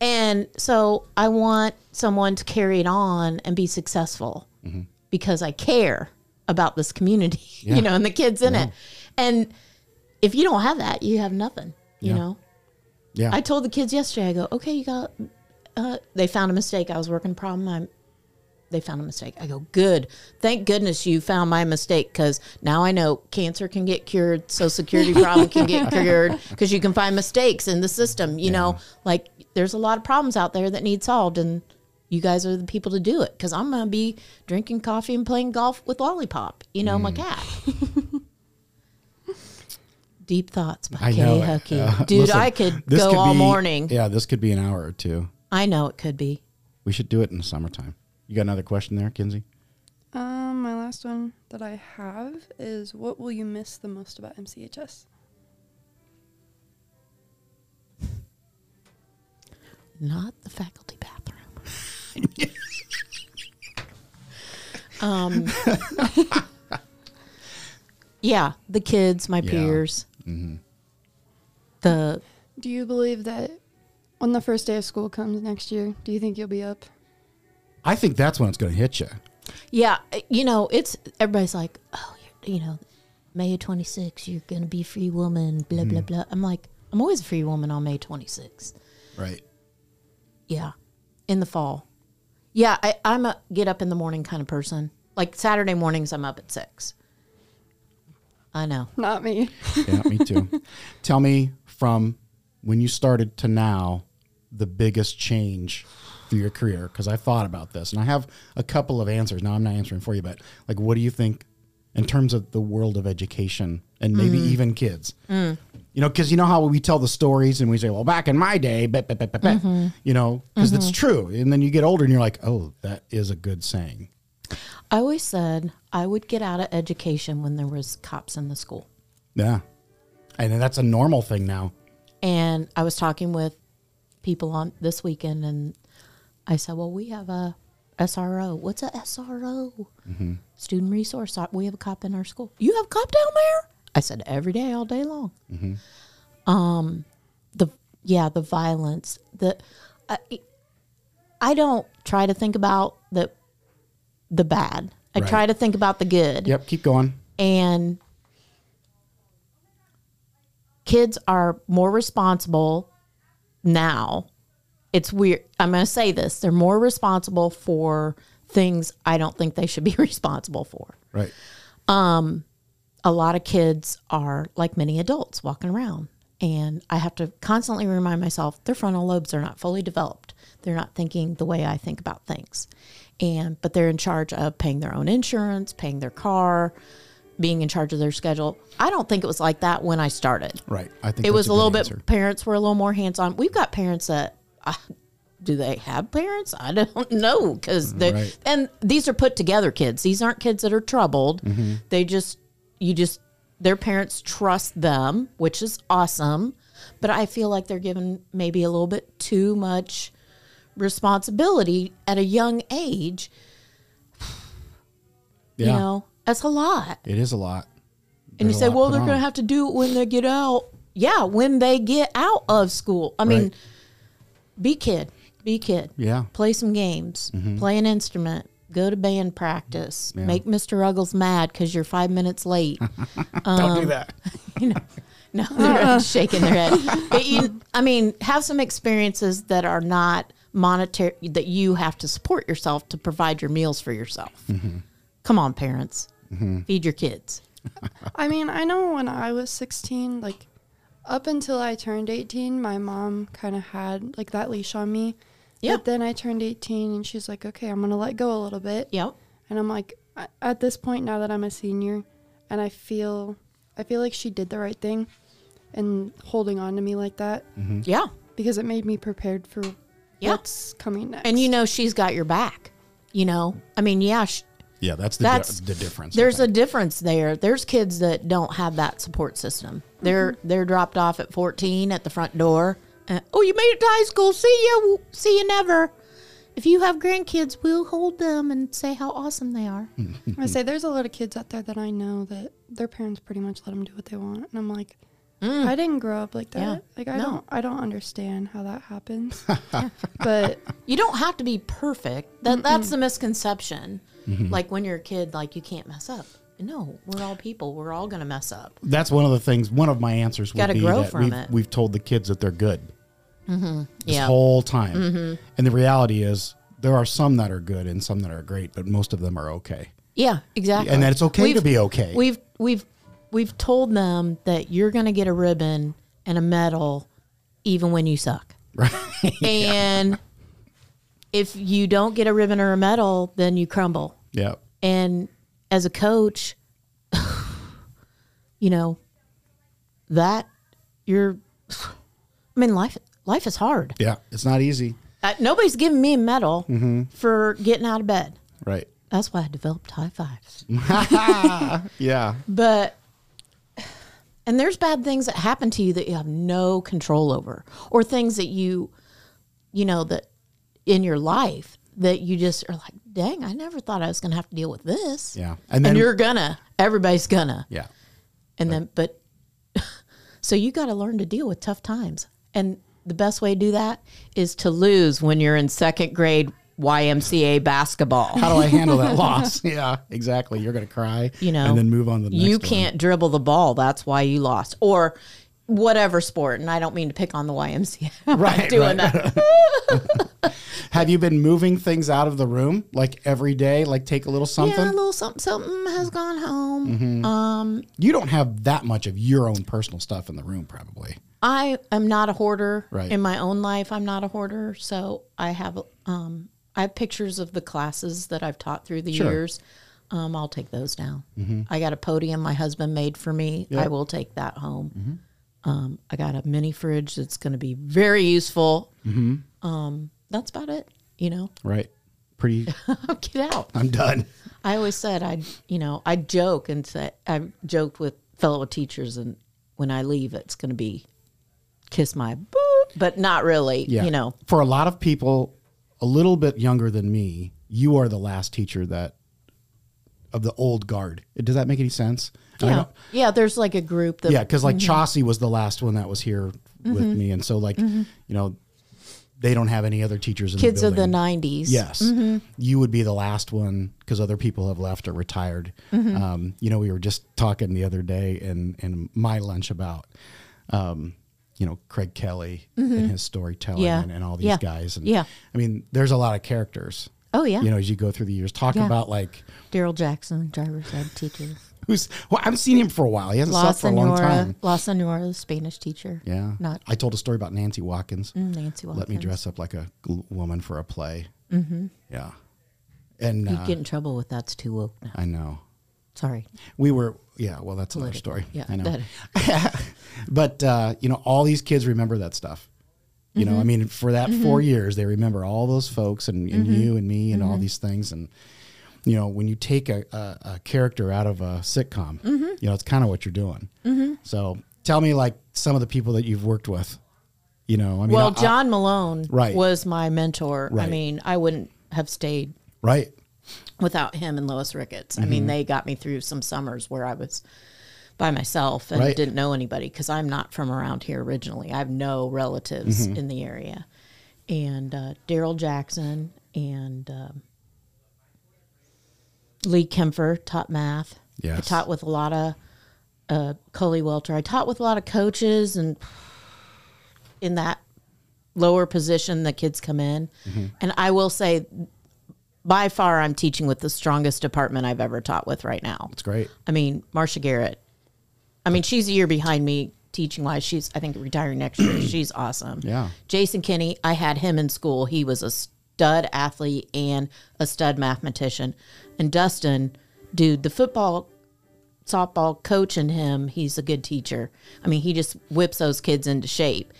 F: And so I want someone to carry it on and be successful
A: Mm-hmm.
F: because I care about this community, you know, and the kids in it. And if you don't have that, you have nothing, you
A: Yeah.
F: know.
A: Yeah.
F: I told the kids yesterday, I go, okay, you got, uh, they found a mistake. I was working a problem. I'm, they found a mistake. I go, good. Thank goodness you found my mistake because now I know cancer can get cured, social security problem can get cured because you can find mistakes in the system. You know, like there's a lot of problems out there that need solved, and you guys are the people to do it because I'm going to be drinking coffee and playing golf with Lollipop, you know,
A: Mm.
F: my cat. Deep thoughts by
A: I
F: Kay
A: know.
F: Hucky.
A: Uh,
F: Dude,
A: listen,
F: I could
A: this
F: go all
A: be-
F: morning.
A: Yeah, this could be an hour or two.
F: I know it could be.
A: We should do it in the summertime. You got another question there, Kinsey?
D: Um, my last one that I have is what will you miss the most about MCHS?
F: not the faculty bathroom. um, Yeah, the kids, my
A: Yeah.
F: peers. The
D: Do you believe that when the first day of school comes next year, do you think you'll be up?
A: I think that's when it's going to hit you.
F: yeah, you know, it's everybody's like, oh, you're, you know, May 26, you're gonna be a free woman, blah blah blah. I'm like, I'm always a free woman on May 26.
A: Right.
F: Yeah, in the fall. Yeah, I, I'm a get up in the morning kind of person. Like Saturday mornings, I'm up at six. I know.
D: Not me.
A: Yeah, me too. Tell me from when you started to now the biggest change through your career because I thought about this and I have a couple of answers. Now I'm not answering for you, but like, what do you think in terms of the world of education and maybe even kids? You know, because you know how we tell the stories and we say, well, back in my day, bet, bet, bet, bet, bet, you know, because it's true. And then you get older and you're like, oh, that is a good saying.
F: I always said I would get out of education when there was cops in the school.
A: Yeah. And that's a normal thing now.
F: and I was talking with people on this weekend, and I said, "Well, we have a SRO. What's a SRO?
A: Mm-hmm.
F: Student resource. op- We have a cop in our school. You have a cop down there?" I said, "Every day, all day long." Um,
A: Mm-hmm.
F: the yeah, the violence. The I, I don't try to think about the the bad. I
A: Right.
F: try to think about the good
A: Yep. Keep going.
F: and kids are more responsible now. It's weird. I'm going to say this. They're more responsible for things I don't think they should be responsible for.
A: Right.
F: A lot of kids are like many adults walking around. And I have to constantly remind myself their frontal lobes are not fully developed. They're not thinking the way I think about things. And, but they're in charge of paying their own insurance, paying their car, being in charge of their schedule. I don't think it was like that when I started.
A: Right. I think
F: It
A: that's
F: was a,
A: good
F: little bit,
A: answer.
F: parents were a little more hands on. We've got parents that, uh, do they have parents? I don't know. Cause they,
A: Mm, Right.
F: and these are put together kids. These aren't kids that are troubled.
A: Mm-hmm.
F: They just, you just, their parents trust them, which is awesome. But I feel like they're given maybe a little bit too much responsibility at a young age.
A: Yeah.
F: You know, that's a lot.
A: It is a lot.
F: and you
A: There's a
F: say,
A: lot
F: well,
A: put
F: they're
A: on.
F: going to have to do it when they get out. Yeah, when they get out of school. I mean,
A: Right.
F: be kid, be kid.
A: Yeah. Mm-hmm.
F: Play some games, play an instrument, go to band practice, make Mr. Ruggles mad because you're five minutes late. Um,
A: Don't do that.
F: no, they're shaking their head. But you, I mean, have some experiences that are not monetary, that you have to support yourself to provide your meals for yourself.
A: Mm-hmm.
F: Come on, parents, feed your kids.
D: I mean, I know when I was 16, like up until I turned 18, my mom kind of had like that leash on me.
F: Yeah.
D: But then I turned 18 and she's like, okay, I'm going to let go a little bit.
F: Yep.
D: And I'm like, a- at this point now that I'm a senior and I feel, I feel like she did the right thing and holding on to me like that
A: Mm-hmm.
F: Yeah.
D: because it made me prepared for
F: Yeah.
D: what's coming next.
F: and you know she's got your back you know i mean yeah sh
A: Yeah, that's the,
F: that's
A: di- the difference. I
F: there's a
A: think.
F: difference there there's kids that don't have that support system they're
A: Mm-hmm.
F: they're dropped off at 14 at the front door Uh, oh you made it to high school see you see you never if you have grandkids we'll hold them and say how awesome they are
A: Mm.
D: I say there's a lot of kids out there that I know that their parents pretty much let them do what they want, and I'm like, I didn't grow up like that.
F: Mm. Yeah.
D: Like I
F: No.
D: don't, I don't understand how that happens. but
F: you don't have to be perfect that that's the misconception
A: Mm-hmm.
F: like when you're a kid like you can't mess up no we're all people we're all gonna mess up
A: that's one of the things. One of my answers would
F: Gotta
A: be
F: grow
A: that
F: from
A: we've,
F: it.
A: we've told the kids that they're good this
F: yeah Mm-hmm.
A: whole time, and the reality is there are some that are good and some that are great, but most of them are okay.
F: Yeah, exactly.
A: And that it's okay to be okay.
F: We've we've we've told them that you're going to get a ribbon and a medal even when you suck.
A: Right?
F: And if you don't get a ribbon or a medal, then you crumble.
A: yeah.
F: And as a coach, you know, that you're I mean life life is hard.
A: Yeah. It's not easy.
F: Uh, nobody's giving me a medal
A: Mm-hmm.
F: for getting out of bed.
A: Right.
F: That's why I developed high fives.
A: Yeah.
F: But and there's bad things that happen to you that you have no control over or things that you you know that in your life that you just are like, "Dang, I never thought I was going to have to deal with this."
A: Yeah. And
F: And,
A: then
F: you're gonna everybody's gonna.
A: Yeah.
F: And then, but so you got to learn to deal with tough times. And the best way to do that is to lose when you're in second grade YMCA basketball.
A: How do I handle that loss? Yeah, exactly. You're going to cry,
F: you know,
A: and then move on to the next
F: You
A: one.
F: can't dribble the ball. That's why you lost. Or whatever sport. And I don't mean to pick on the YMCA. I'm
A: Right,
F: not doing
A: right.
F: that.
A: Have you been moving things out of the room like every day? Like take a little something.
F: Yeah, a little something, something has gone home.
A: you don't have that much of your own personal stuff in the room, probably.
F: I am not a hoarder
A: Right.
F: in my own life. I'm not a hoarder, so I have um, I have pictures of the classes that I've taught through the
A: Sure. Mm-hmm.
F: years. Um, I'll take those down. I got a podium my husband made for me. I will take that home.
A: Mm-hmm.
F: Um, I got a mini fridge that's going to be very useful.
A: Mm-hmm.
F: Um, that's about it. You know,
A: Right. Pretty.
F: get out.
A: I'm done.
F: I always said I, you know, I joke and say I joked with fellow teachers, and when I leave, it's going to be kiss my boot, but not really.
A: Yeah.
F: You know,
A: for a lot of people a little bit younger than me, you are the last teacher that of the old guard. Does that make any sense? And I
F: yeah, Mm-hmm.
A: don't-
F: yeah. There's like a group that
A: yeah, because like Chaucy was the last one that was here with
F: Mm-hmm.
A: me, and so like you know, they don't have any other teachers. in
F: kids
A: the
F: of the Mm.
A: building.
F: '90s.
A: Yes,
F: Mm-hmm.
A: you would be the last one because other people have left or retired.
F: Mm-hmm.
A: Um, you know, we were just talking the other day in in my lunch about, um, you know, Craig Kelly and his storytelling
F: Mm-hmm. Yeah.
A: and, and all these
F: Yeah.
A: guys. And
F: Yeah.
A: I mean, there's a lot of characters.
F: Oh yeah.
A: You know, as you go through the years, talk
F: Yeah.
A: about like
F: Daryl Jackson, driver's ed teacher.
A: who's. Well, I've seen him for a while. He hasn't
F: La
A: slept for a long
F: Senora,
A: time.
F: La Senora, the Spanish teacher.
A: Yeah.
F: Not
A: I told a story about Nancy Watkins.
F: Nancy. Watkins.
A: Let me dress up like a gl- woman for a play. Mm-hmm. Yeah. And
F: You
A: uh,
F: get in trouble with that's too woke now.
A: I know.
F: Sorry.
A: We were, yeah, well, that's another
F: Political.
A: story.
F: Yeah,
A: I know.
F: that-
A: but, uh, you know, all these kids remember that stuff. You know, I
F: Mm-hmm.
A: mean, for that four years, they remember all those folks and, and
F: Mm-hmm.
A: you and me and all these things. And, you know, when you take a, a, a character out of a sitcom,
F: Mm-hmm.
A: you know, it's kind of what you're doing. So tell me, like, some of the people that you've worked with, you know, I mean,
F: well,
A: I- I-
F: John Malone
A: Right.
F: was my mentor. I
A: Right.
F: mean, I wouldn't have stayed
A: right.
F: without him and Lois Ricketts. I
A: Mm-hmm.
F: mean, they got me through some summers where I was by myself and
A: Right.
F: didn't know anybody because I'm not from around here originally. I have no relatives
A: Mm-hmm.
F: in the area. And uh, Daryl Jackson and um, Lee Kemfer taught math. I
A: Yes.
F: taught with a lot of uh, Coley Welter. I taught with a lot of coaches and in that lower position the kids come in. And I will say, by far, I'm teaching with the strongest department I've ever taught with right now.
A: It's great.
F: I mean, Marcia Garrett. I mean, she's a year behind me teaching wise. She's, I think, retiring next year. she's awesome.
A: Yeah.
F: Jason Kinney, I had him in school. He was a stud athlete and a stud mathematician. And Dustin, dude, the football, softball coach in him, he's a good teacher. I mean, he just whips those kids into shape.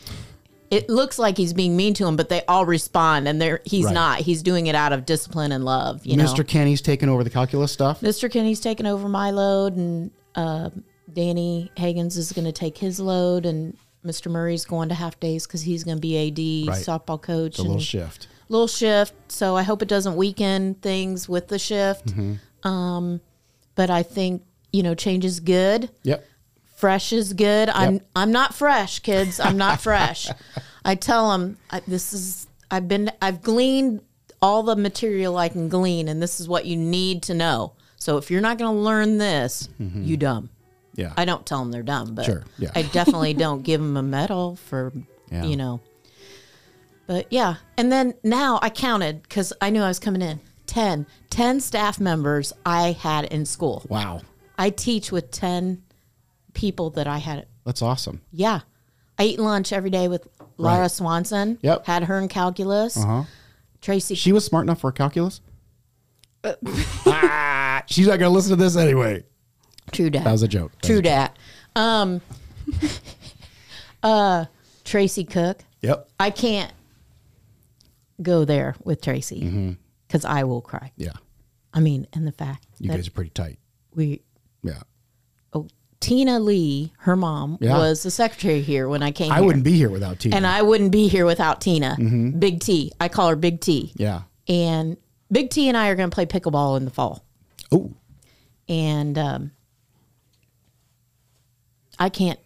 F: It looks like he's being mean to them, but they all respond, and they're, he's
A: Right.
F: not. He's doing it out of discipline and love. You know,
A: Mr. Kenny's taking over the calculus stuff.
F: Mr. Kenny's taking over my load, and uh, Danny Higgins is going to take his load, and Mr. Murray's going to half days because he's going to be AD,
A: Right.
F: softball coach.
A: It's a little
F: and-
A: shift.
F: little shift. So I hope it doesn't weaken things with the shift. Um,
A: Mm-hmm.
F: but I think you know change is good.
A: Yep.
F: Fresh is good. I'm
A: Yep.
F: I'm not fresh, kids. I'm not fresh. I tell them I, this is I've been I've gleaned all the material I can glean, and this is what you need to know. So if you're not going to learn this, you dumb.
A: Yeah.
F: I don't tell them they're dumb, but
A: Mm-hmm. Sure, yeah.
F: I definitely don't give them a medal for,
A: Yeah.
F: you know. But yeah. And then now I counted because I knew I was coming in 10, 10 staff members I had in school.
A: Wow.
F: I teach with 10 people that I had.
A: That's awesome.
F: Yeah. I eat lunch every day with Laura
A: Right.
F: Swanson.
A: Yep.
F: Had her in calculus.
A: Uh-huh.
F: Tracy.
A: She was smart enough for calculus.
F: Uh,
A: ah, she's not going to listen to this anyway.
F: True dad.
A: That was a joke. That was
F: True
A: a joke.
F: dat. Um, uh, Tracy Cook.
A: Yep.
F: I can't go there with
A: Mm-hmm.
F: Tracy because I will cry.
A: Yeah.
F: I mean, and the fact
A: You
F: that
A: guys are pretty tight.
F: we,
A: Yeah.
F: oh, Tina Lee, her mom,
A: Yeah.
F: was the secretary here when I came.
A: I
F: here.
A: wouldn't be here without Tina.
F: and I wouldn't be here without Tina. Big T, I call her Big T.
A: yeah.
F: And Big T and I are going to play pickleball in the fall.
A: Oh,
F: and um, I can't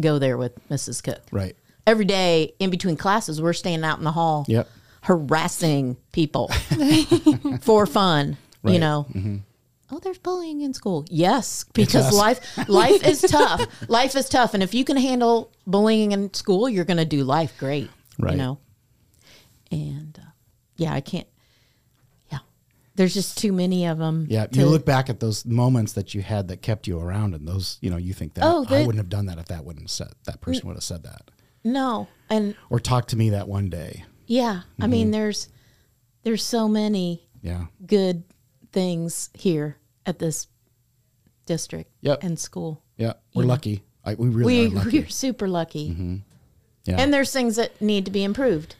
F: go there with Mrs. Cook.
A: Right.
F: Every day in between classes, we're standing out in the hall
A: Yep.
F: harassing people for fun, you
A: Right. Mm-hmm.
F: know. Oh, there's bullying in school. Yes, because
A: us.
F: life life is tough. life is tough, and if you can handle bullying in school, you're going to do life great.
A: Right.
F: You know. And uh, yeah, I can't. Yeah, there's just too many of them.
A: Yeah, you look back at those moments that you had that kept you around, and those, you know, you think that
F: Oh, Mm.
A: I
F: they-
A: wouldn't have done that if that wouldn't have said that person would have said that
F: No, and
A: or talked to me that one day.
F: yeah, I
A: Mm-hmm.
F: mean, there's there's so many
A: Yeah,
F: good things here at this district
A: Yep.
F: and school.
A: yeah, we're lucky. I, we really
F: we
A: are lucky. Mm-hmm.
F: we're super lucky.
A: Yeah.
F: And there's things that need to be improved,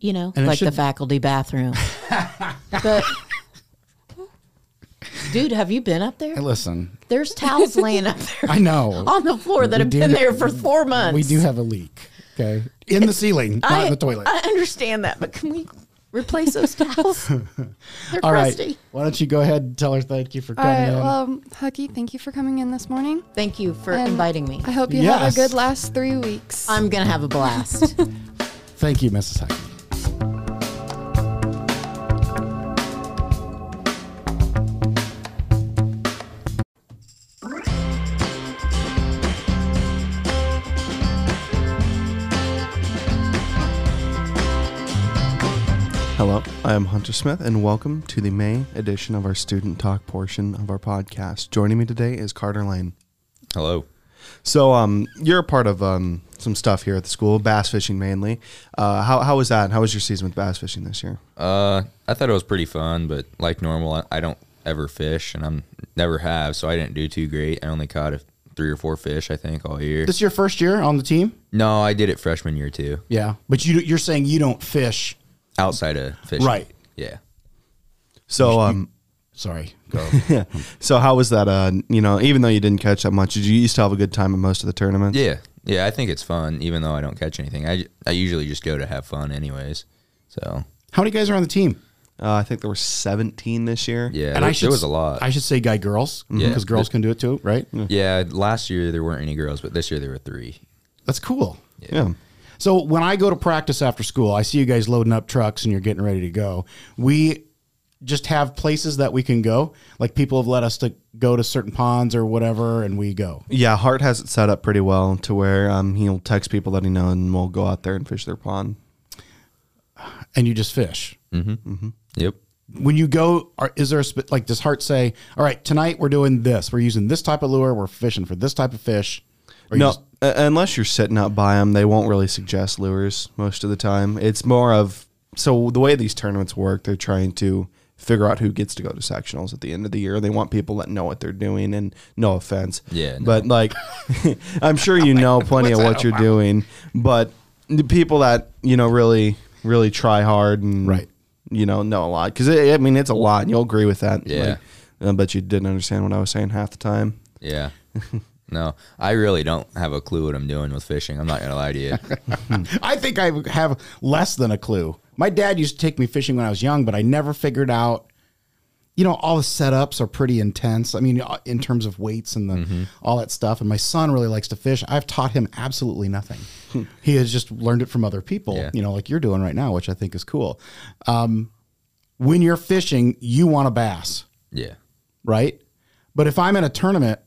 F: you know,
A: And it
F: like the
A: should-
F: faculty bathroom. but dude, have you been up there?
A: Hey, listen,
F: There's towels laying up there
A: I know
F: on the floor that
A: We
F: have
A: do
F: been
A: have-
F: there for four months.
A: we do have a leak. Okay, in the ceiling, not in the toilet.
F: I understand that, but can we replace those towels? They're
A: All right,
F: crusty.
A: why don't you go ahead and tell her thank you for
D: All
A: coming
D: right.
A: in?
D: Well, um, Hucky, thank you for coming in this morning.
F: Thank you for
D: And
F: inviting me.
D: I hope you have
A: Yes.
D: a good last three weeks.
F: I'm going to have a blast.
A: thank you, Mrs. Hackett.
C: Hello, I am Hunter Smith, and welcome to the May edition of our student talk portion of our podcast. Joining me today is Carter Lane.
G: Hello.
C: So, um, you're a part of um, some stuff here at the school, bass fishing mainly. Uh, how, how was that? How was your season with bass fishing this year?
G: Uh, I thought it was pretty fun, but like normal, I, I don't ever fish, and I'm never have, so I didn't do too great. I only caught a, three or four fish, I think, all year.
A: This is your first year on the team.
G: no, I did it freshman year too,
A: Yeah, but you you're saying you don't fish.
G: outside of fishing.
A: Right.
G: Yeah.
C: So, um,
A: Sorry, go.
C: so how was that? Uh, you know, even though you didn't catch that much, did you, you still have a good time at most of the tournaments?
G: Yeah. Yeah. I think it's fun, even though I don't catch anything. I, I usually just go to have fun, anyways. So
A: How many guys are on the team?
C: Uh, I think there were 17 this year.
G: yeah,
A: and
G: there,
A: I should
G: there was a lot. Mm-hmm.
A: I should say guy girls
G: Yeah.
A: because girls can do it too, right?
G: yeah. Last year there weren't any girls, but this year there were three.
A: That's cool.
C: Yeah.
A: So when I go to practice after school, I see you guys loading up trucks and you're getting ready to go. We just have places that we can go. Like people have let us to go to certain ponds or whatever, and we go.
C: Yeah, Hart has it set up pretty well to where um, he'll text people that he knows and we'll go out there and fish their pond.
A: And you just fish.
G: Yep.
A: When you go, are, is there a sp- like does Hart say, "All right, tonight we're doing this. We're using this type of lure. We're fishing for this type of fish." Or you
C: no,
A: just-
C: uh, unless you're sitting up by them, they won't really suggest lures most of the time. It's more of so the way these tournaments work, they're trying to figure out who gets to go to sectionals at the end of the year. They want people that know what they're doing, and no offense,
G: Yeah, no.
C: but like I'm sure you know plenty of what you're doing, but the people that you know really really try hard and
A: Right.
C: you know know a lot because I mean it's a lot, and you'll agree with that,
G: Yeah.
C: Like, uh, but you didn't understand what I was saying half the time.
G: Yeah. No, I really don't have a clue what I'm doing with fishing. I'm not gonna lie to you.
A: I think I have less than a clue. My dad used to take me fishing when I was young, but I never figured out. You know, all the setups are pretty intense. I mean, uh, in terms of weights and the all that stuff. And my son really likes to fish. I've taught him absolutely nothing. he has just learned it from other people.
G: Yeah.
A: You know, like you're doing right now, which I think is cool. Um, when you're fishing, you want a bass,
G: Yeah.
A: right? But if I'm in a tournament,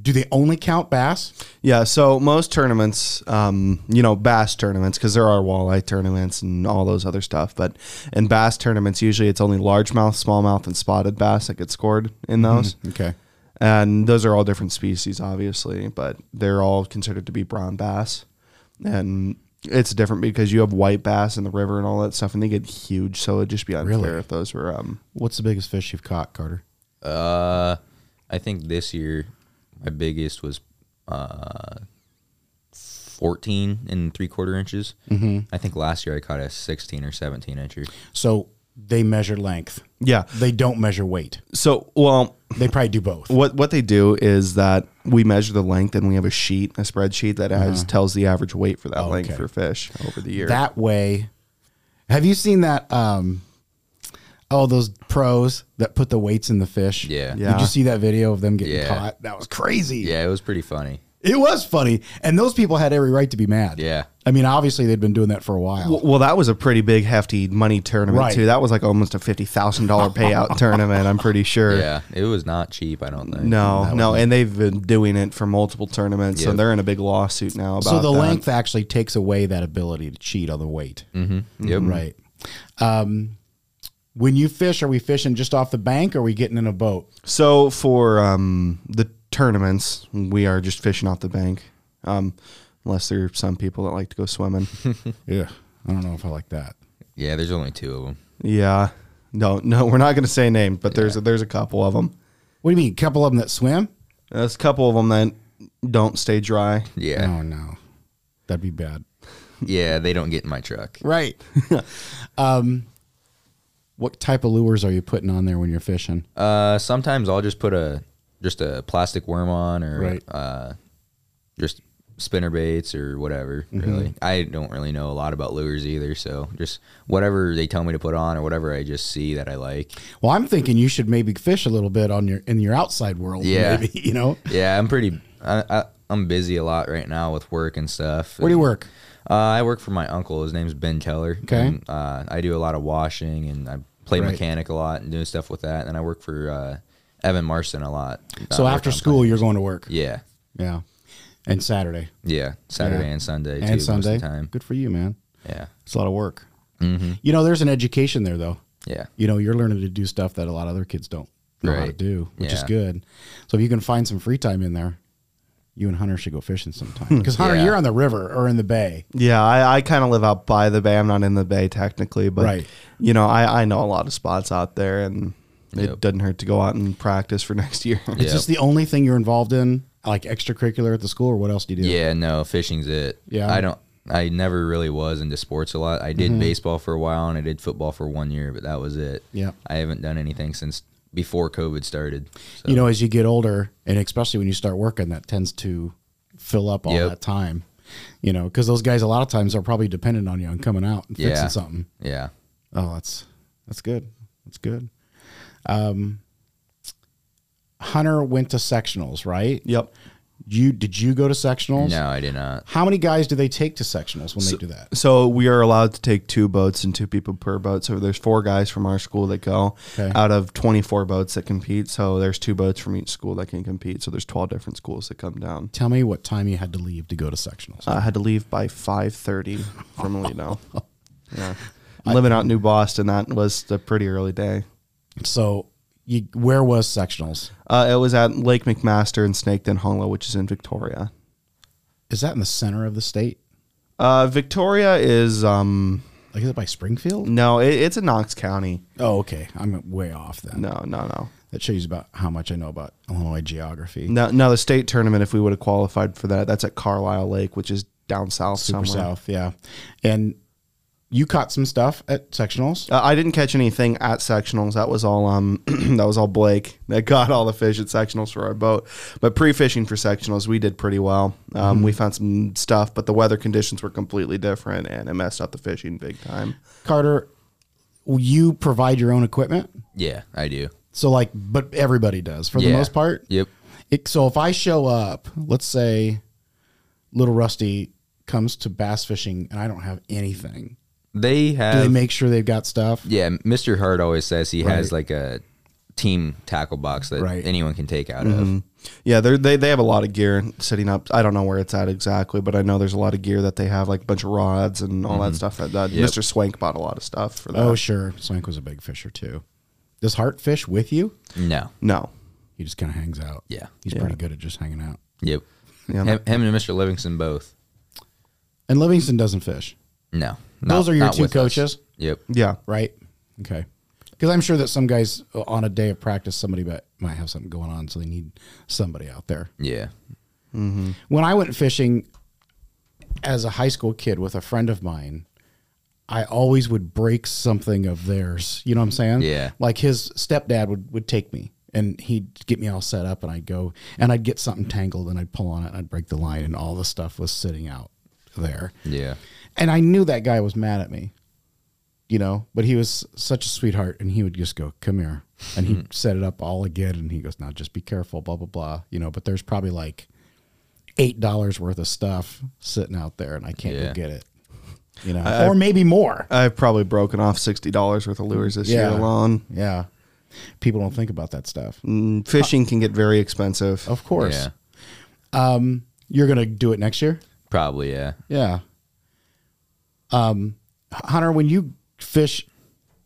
A: do they only count bass?
C: Yeah, so most tournaments, um, you know, bass tournaments, because there are walleye tournaments and all those other stuff. But in bass tournaments, usually it's only largemouth, smallmouth, and spotted bass that get scored in those.
A: Okay.
C: And those are all different species, obviously, but they're all considered to be brown bass. And it's different because you have white bass in the river and all that stuff, and they get huge. So it'd just be unfair
A: Really?
C: if those were. Um,
A: What's the biggest fish you've caught, Carter?
G: Uh, I think this year my biggest was uh, 14 and three quarter inches. Mm-hmm. I think last year I caught a 16 or 17 incher.
A: So they measure length.
C: yeah.
A: They don't measure weight.
C: So, well,
A: They probably do both.
C: What what they do is that we measure the length and we have a sheet, a spreadsheet that has tells the average weight for that length
A: Uh-huh. okay.
C: for fish over the year.
A: That way, have you seen that? Um, oh, those pros that put the weights in the fish.
G: Yeah.
A: Did
C: Yeah.
A: you see that video of them getting
G: Yeah.
A: caught? That was crazy.
G: Yeah, it was pretty funny.
A: It was funny, and those people had every right to be mad.
G: Yeah.
A: I mean, obviously they'd been doing that for a while.
C: Well, well, that was a pretty big, hefty money tournament
A: Right.
C: too. That was like almost a fifty thousand dollar payout tournament. I'm pretty sure.
G: Yeah, it was not cheap. I don't think.
C: No, no, and they've been doing it for multiple tournaments, so
G: Yep.
C: they're in a big lawsuit now about.
A: so the
C: that.
A: length actually takes away that ability to cheat on the weight.
G: Mm-hmm. Yep.
A: Right. Um, when you fish, are we fishing just off the bank? Or are we getting in a boat?
C: So for um, the tournaments, we are just fishing off the bank, um, unless there are some people that like to go swimming.
A: Yeah, I don't know if I like that.
G: Yeah, there's only two of them.
C: yeah, no, no, we're not going to say names, but there's a, there's a couple of them.
A: What do you mean? A couple of them that swim?
C: There's a couple of them that don't stay dry.
G: Yeah.
A: Oh no, that'd be bad.
G: Yeah, they don't get in my truck.
A: Right. um, what type of lures are you putting on there when you're fishing?
G: Uh, sometimes I'll just put a just a plastic worm on, or
A: Right.
G: uh, just spinner baits or whatever. Really, I don't really know a lot about lures either, so just whatever they tell me to put on or whatever I just see that I like.
A: Well, I'm thinking you should maybe fish a little bit on your in your outside world.
G: Yeah.
A: maybe, you know.
G: Yeah, I'm pretty. I, I, I'm busy a lot right now with work and stuff.
A: Where do you work?
G: Uh, I work for my uncle. His name's Ben Keller.
A: Okay.
G: And, uh, I do a lot of washing and I play
A: Right.
G: mechanic a lot and do stuff with that. And I work for uh, Evan Marston a lot.
A: so
G: Uh, I work
A: after
G: on
A: school,
G: planes.
A: you're going to work.
G: Yeah.
A: Yeah. And Saturday
G: Yeah. Saturday
A: Yeah.
G: and Sunday. too,
A: and
G: most of the
A: Sunday.
G: time. Mm-hmm.
A: Good for you, man.
G: Yeah.
A: It's a lot of work. You know, there's an education there though.
G: Yeah.
A: You know, you're learning to do stuff that a lot of other kids don't know how to
G: Right.
A: do, which is
G: Yeah.
A: good. So if you can find some free time in there, you and Hunter should go fishing sometime. Because Hunter,
G: Yeah.
A: you're on the river or in the bay.
C: Yeah, I, I kind of live out by the bay. I'm not in the bay technically, but
A: Right.
C: you know, I, I know a lot of spots out there, and it
G: Yep.
C: doesn't hurt to go out and practice for next year.
A: It's just the only thing you're involved in, like extracurricular at the school, or what else do you do?
G: Yeah. No, fishing's it.
A: Yeah. Mm-hmm.
G: I don't. I never really was into sports a lot. I did baseball for a while and I did football for one year, but that was it.
A: Yeah.
G: I haven't done anything since before COVID started. So.
A: You know, as you get older, and especially when you start working, that tends to fill up all
G: Yep.
A: that time. You know, because those guys a lot of times are probably dependent on you on coming out and fixing
G: Yeah.
A: something.
G: Yeah.
A: Oh, that's that's good. That's good. Um, Hunter went to sectionals, right?
C: yep.
A: You did you go to sectionals?
G: No, I did not.
A: How many guys do they take to sectionals when they do that?
C: So we are allowed to take two boats and two people per boat. So there's four guys from our school that go
A: Okay.
C: out of 24 boats that compete. So there's two boats from each school that can compete. So there's 12 different schools that come down.
A: Tell me what time you had to leave to go to sectionals.
C: I had to leave by 5:30 from Alito.
A: Oh.
C: yeah. Living out in New Boston, that was a pretty early day.
A: So, you, where was sectionals?
C: Uh, it was at Lake McMaster in Snaketon Hollow, which is in Victoria.
A: Is that in the center of the state?
C: Uh, Victoria is um
A: Like, is it by Springfield?
C: no, it, it's in Knox County.
A: Oh, okay. I'm way off then.
C: No, no, no,
A: That shows you about how much I know about Illinois geography.
C: no, no. The state tournament, if we would have qualified for that, that's at Carlisle Lake, which is down south
A: Super
C: somewhere.
A: South, yeah. And you caught some stuff at sectionals.
C: Uh, I didn't catch anything at sectionals. That was all um that was all Blake that got all the fish at sectionals for our boat. But pre-fishing for sectionals, we did pretty well. Um,
A: Mm-hmm.
C: We found some stuff, but the weather conditions were completely different, and it messed up the fishing big time.
A: Carter, you provide your own equipment.
G: Yeah, I do.
A: So like, but everybody does for the
G: Yeah.
A: most part.
G: Yep.
A: It, so if I show up, let's say little Rusty comes to bass fishing and I don't have anything.
G: They
A: Do
G: have.
A: they make sure they've got stuff?
G: yeah, Mr. Hart always says he has
A: Right.
G: like a team tackle box that
A: Right. Mm-hmm.
G: anyone can take out of.
C: Yeah, they they they have a lot of gear sitting up. I don't know where it's at exactly, but I know there's a lot of gear that they have, like a bunch of rods and all that stuff. That, that
G: Yep.
C: Mr. Swank bought a lot of stuff for that.
A: Mm-hmm. Oh, sure. Swank was a big fisher too. Does Hart fish with you?
G: No.
C: no,
A: He just kind of hangs out.
G: Yeah.
A: He's pretty good at just hanging out.
G: Yep.
C: Yeah.
G: Him, him and Mr. Livingston both.
A: And Livingston doesn't fish.
G: No.
A: Those are your
G: not
A: two
G: with us.
A: coaches?
G: Yep.
C: yeah,
A: right? Okay. Because I'm sure that some guys uh, on a day of practice, somebody might- might have something going on, so they need somebody out there.
G: Yeah.
A: When I went fishing as a high school kid with a friend of mine, I always would break something of theirs. You know what I'm saying?
G: Yeah.
A: Like his stepdad would, would take me and he'd get me all set up and I'd go and I'd get something tangled and I'd pull on it and I'd break the line and all the stuff was sitting out there.
G: Yeah.
A: And I knew that guy was mad at me, you know, but he was such a sweetheart and he would just go, come here. And
C: Hmm.
A: he'd set it up all again. And he goes, now just be careful, blah, blah, blah, you know, but there's probably like eight dollars worth of stuff sitting out there, and I can't go
G: Yeah.
A: get it. You know,
C: I-
A: or maybe more.
C: I've probably broken off sixty dollars worth of lures this
A: Yeah.
C: year alone.
A: yeah, people don't think about that stuff.
C: Mm, Fishing can get very expensive.
A: Uh, Of course, Um,
G: Yeah.
A: you're gonna do it next year.
G: Probably, yeah.
A: Yeah. Um, H- Hunter, when you fish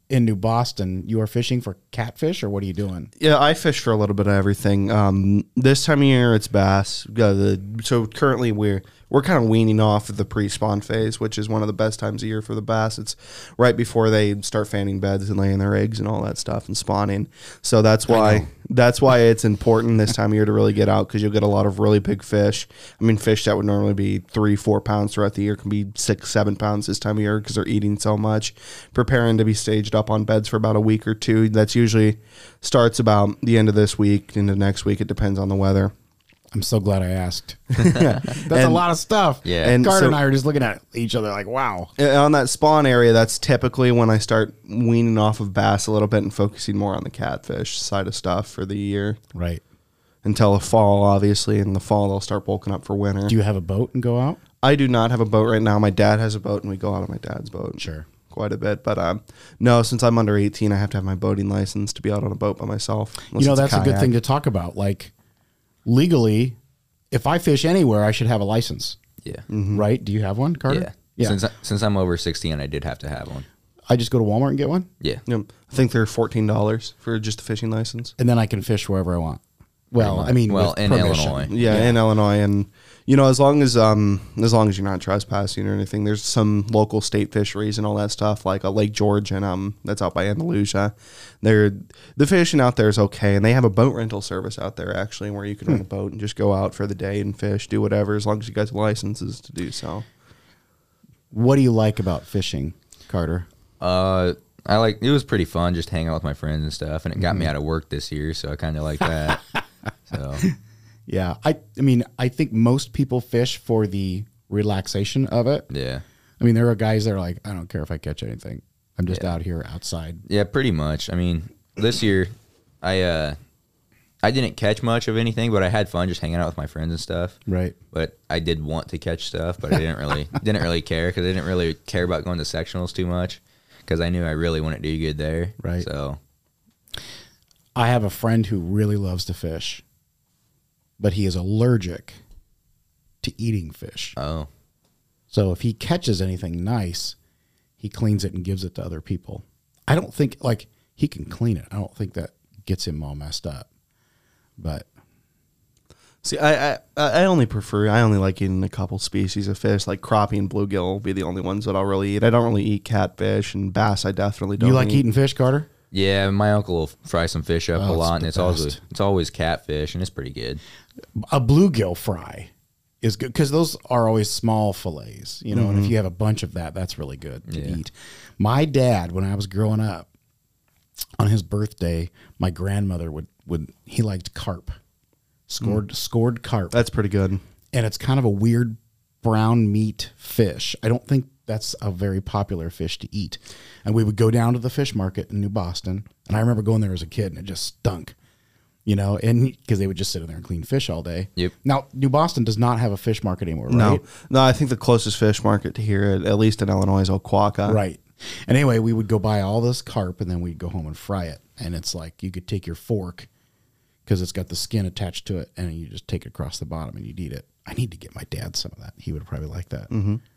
A: in New Boston, you are fishing for catfish, or what are you doing?
C: Yeah, I fish for a little bit of everything. Um, this time of year, it's bass. We've got the- so currently, we're we're kind of weaning off of the pre-spawn phase, which is one of the best times of year for the bass. It's right before they start fanning beds and laying their eggs and all that stuff and spawning. So that's why that's why it's important this time of year to really get out because you'll get a lot of really big fish. I mean, fish that would normally be three, four pounds throughout the year can be six, seven pounds this time of year because they're eating so much. Preparing to be staged up on beds for about a week or two. That's usually starts about the end of this week into next week. It depends on the weather.
A: I'm so glad I asked. That's a lot of stuff.
G: Yeah.
A: and
C: And
A: Carter
C: so-
A: and I are just looking at each other like, wow.
C: And on that spawn area, that's typically when I start weaning off of bass a little bit and focusing more on the catfish side of stuff for the year
A: Right.
C: until the fall, obviously. In the fall, they'll start bulking up for winter.
A: Do you have a boat and go out?
C: I do not have a boat right now. My dad has a boat, and we go out on my dad's boat.
A: Sure.
C: Quite a bit, but um, no. Since I'm under 18, I have to have my boating license to be out on a boat by myself. unless
A: you know, that's
C: it's
A: a good
C: kayak.
A: thing to talk about. Like, legally, if I fish anywhere, I should have a license,
G: Yeah.
A: right? Do you have one, Carter?
G: Yeah. Mm-hmm. Since I, since I'm over 16, I did have to have one.
A: I just go to Walmart and get one,
G: Yeah.
C: Yep. I think they're fourteen dollars for just a fishing license.
A: and then I can fish wherever I want. Well, I mean,
G: well,
A: with
G: in
A: permission.
G: Illinois.
C: Yeah, in Illinois, and you know, as long as um, as long as you're not trespassing or anything, there's some local state fisheries and all that stuff, like uh, Lake George and um, that's out by Andalusia. There, the fishing out there is okay, and they have a boat rental service out there actually, where you can rent a boat and just go out for the day and fish, do whatever, as long as you got the licenses to do so.
A: What do you like about fishing, Carter?
G: Uh, I like it was pretty fun just hanging out with my friends and stuff, and it got me out of work this year, so I kind of like that. so
A: Yeah, I I mean, I think most people fish for the relaxation of it.
G: yeah,
A: I mean, there are guys that are like, I don't care if I catch anything. I'm just out here outside.
G: yeah, pretty much. I mean, this year, I uh, I didn't catch much of anything, but I had fun just hanging out with my friends and stuff.
A: Right.
G: But I did want to catch stuff, but I didn't really didn't really care because I didn't really care about going to sectionals too much because I knew I really wouldn't do good there.
A: Right.
G: So
A: I have a friend who really loves to fish, but he is allergic to eating fish.
G: oh
A: So if he catches anything nice, he cleans it and gives it to other people. I don't think like he can clean it. I don't think that gets him all messed up. But
C: See, I, I I only prefer I only like eating a couple species of fish, like crappie and bluegill will be the only ones that I'll really eat. I don't really eat catfish and bass. I definitely don't.
A: you like
C: eat.
A: eating fish, Carter?
G: yeah, my uncle will fry some fish up
A: Oh,
G: a
A: it's
G: lot, and
A: the
G: it's
A: best.
G: always it's always catfish, and it's pretty good.
A: a bluegill fry is good because those are always small fillets, you know. And if you have a bunch of that, that's really good to
G: Yeah.
A: eat. My dad, when I was growing up, on his birthday, my grandmother would would he liked carp, scored scored carp,
C: That's pretty good.
A: and it's kind of a weird brown meat fish. I don't think that's a very popular fish to eat. And we would go down to the fish market in New Boston, and I remember going there as a kid, and it just stunk. You know, and because they would just sit in there and clean fish all day.
G: Yep.
A: Now, New Boston does not have a fish market anymore, right?
C: No, no. I think the closest fish market to here, at, at least in Illinois, is Oquaka.
A: Right. And anyway, we would go buy all this carp and then we'd go home and fry it. And it's like you could take your fork because it's got the skin attached to it and you just take it across the bottom and you'd eat it. I need to get my dad some of that. He would probably like that.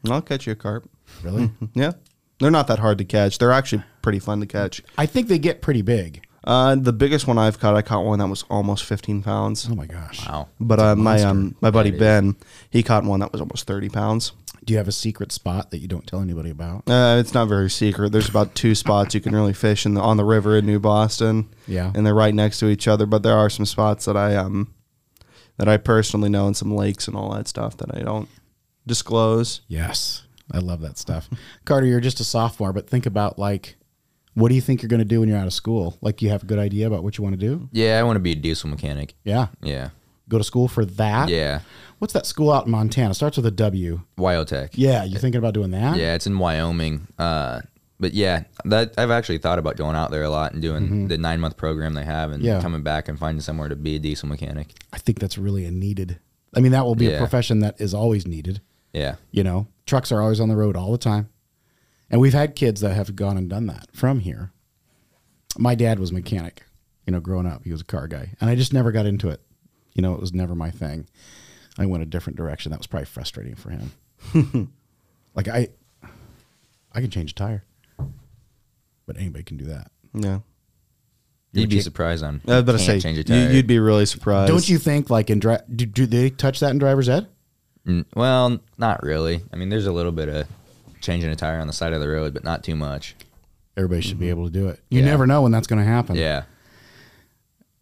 C: I'll catch you a carp.
A: Really?
C: Yeah, they're not that hard to catch. They're actually pretty fun to catch.
A: I think they get pretty big.
C: Uh, the biggest one I've caught, I caught one that was almost 15 pounds.
A: Oh my gosh.
G: Wow.
C: But uh, my um, my buddy Ben, he caught one that was almost 30 pounds.
A: Do you have a secret spot that you don't tell anybody about?
C: Uh, it's not very secret. There's about two spots you can really fish in the, on the river in New Boston.
A: Yeah.
C: and they're right next to each other. But there are some spots that I um that I personally know and some lakes and all that stuff that I don't disclose.
A: Yes. I love that stuff. Carter, you're just a sophomore, but think about like, what do you think you're going to do when you're out of school? Like, you have a good idea about what you want to do?
G: Yeah, I want to be a diesel mechanic.
A: Yeah.
G: Yeah.
A: Go to school for that?
G: Yeah.
A: What's that school out in Montana? Starts with a W.
G: Wyotech.
A: Yeah, you thinking about doing that?
G: Yeah, it's in Wyoming. Uh, but yeah, that I've actually thought about going out there a lot and doing the nine month program they have and
A: Yeah.
G: coming back and finding somewhere to be a diesel mechanic.
A: I think that's really a needed I mean, that will be a
G: Yeah.
A: profession that is always needed.
G: Yeah.
A: You know, trucks are always on the road all the time. And we've had kids that have gone and done that from here. My dad was a mechanic, you know, growing up. He was a car guy. And I just never got into it. You know, it was never my thing. I went a different direction. That was probably frustrating for him. like I I can change a tire. But anybody can do that.
C: No.
G: You'd be surprised on.
C: I was about to
G: can't
C: say,
G: change a
C: you-
G: tire.
C: you'd be really surprised.
A: Don't you think like in dri- do, do they touch that in driver's ed?
G: Mm, Well, not really. I mean, there's a little bit of changing a tire on the side of the road, but not too much.
A: Everybody should be able to do it. You
G: Yeah.
A: never know when that's going to happen.
G: Yeah.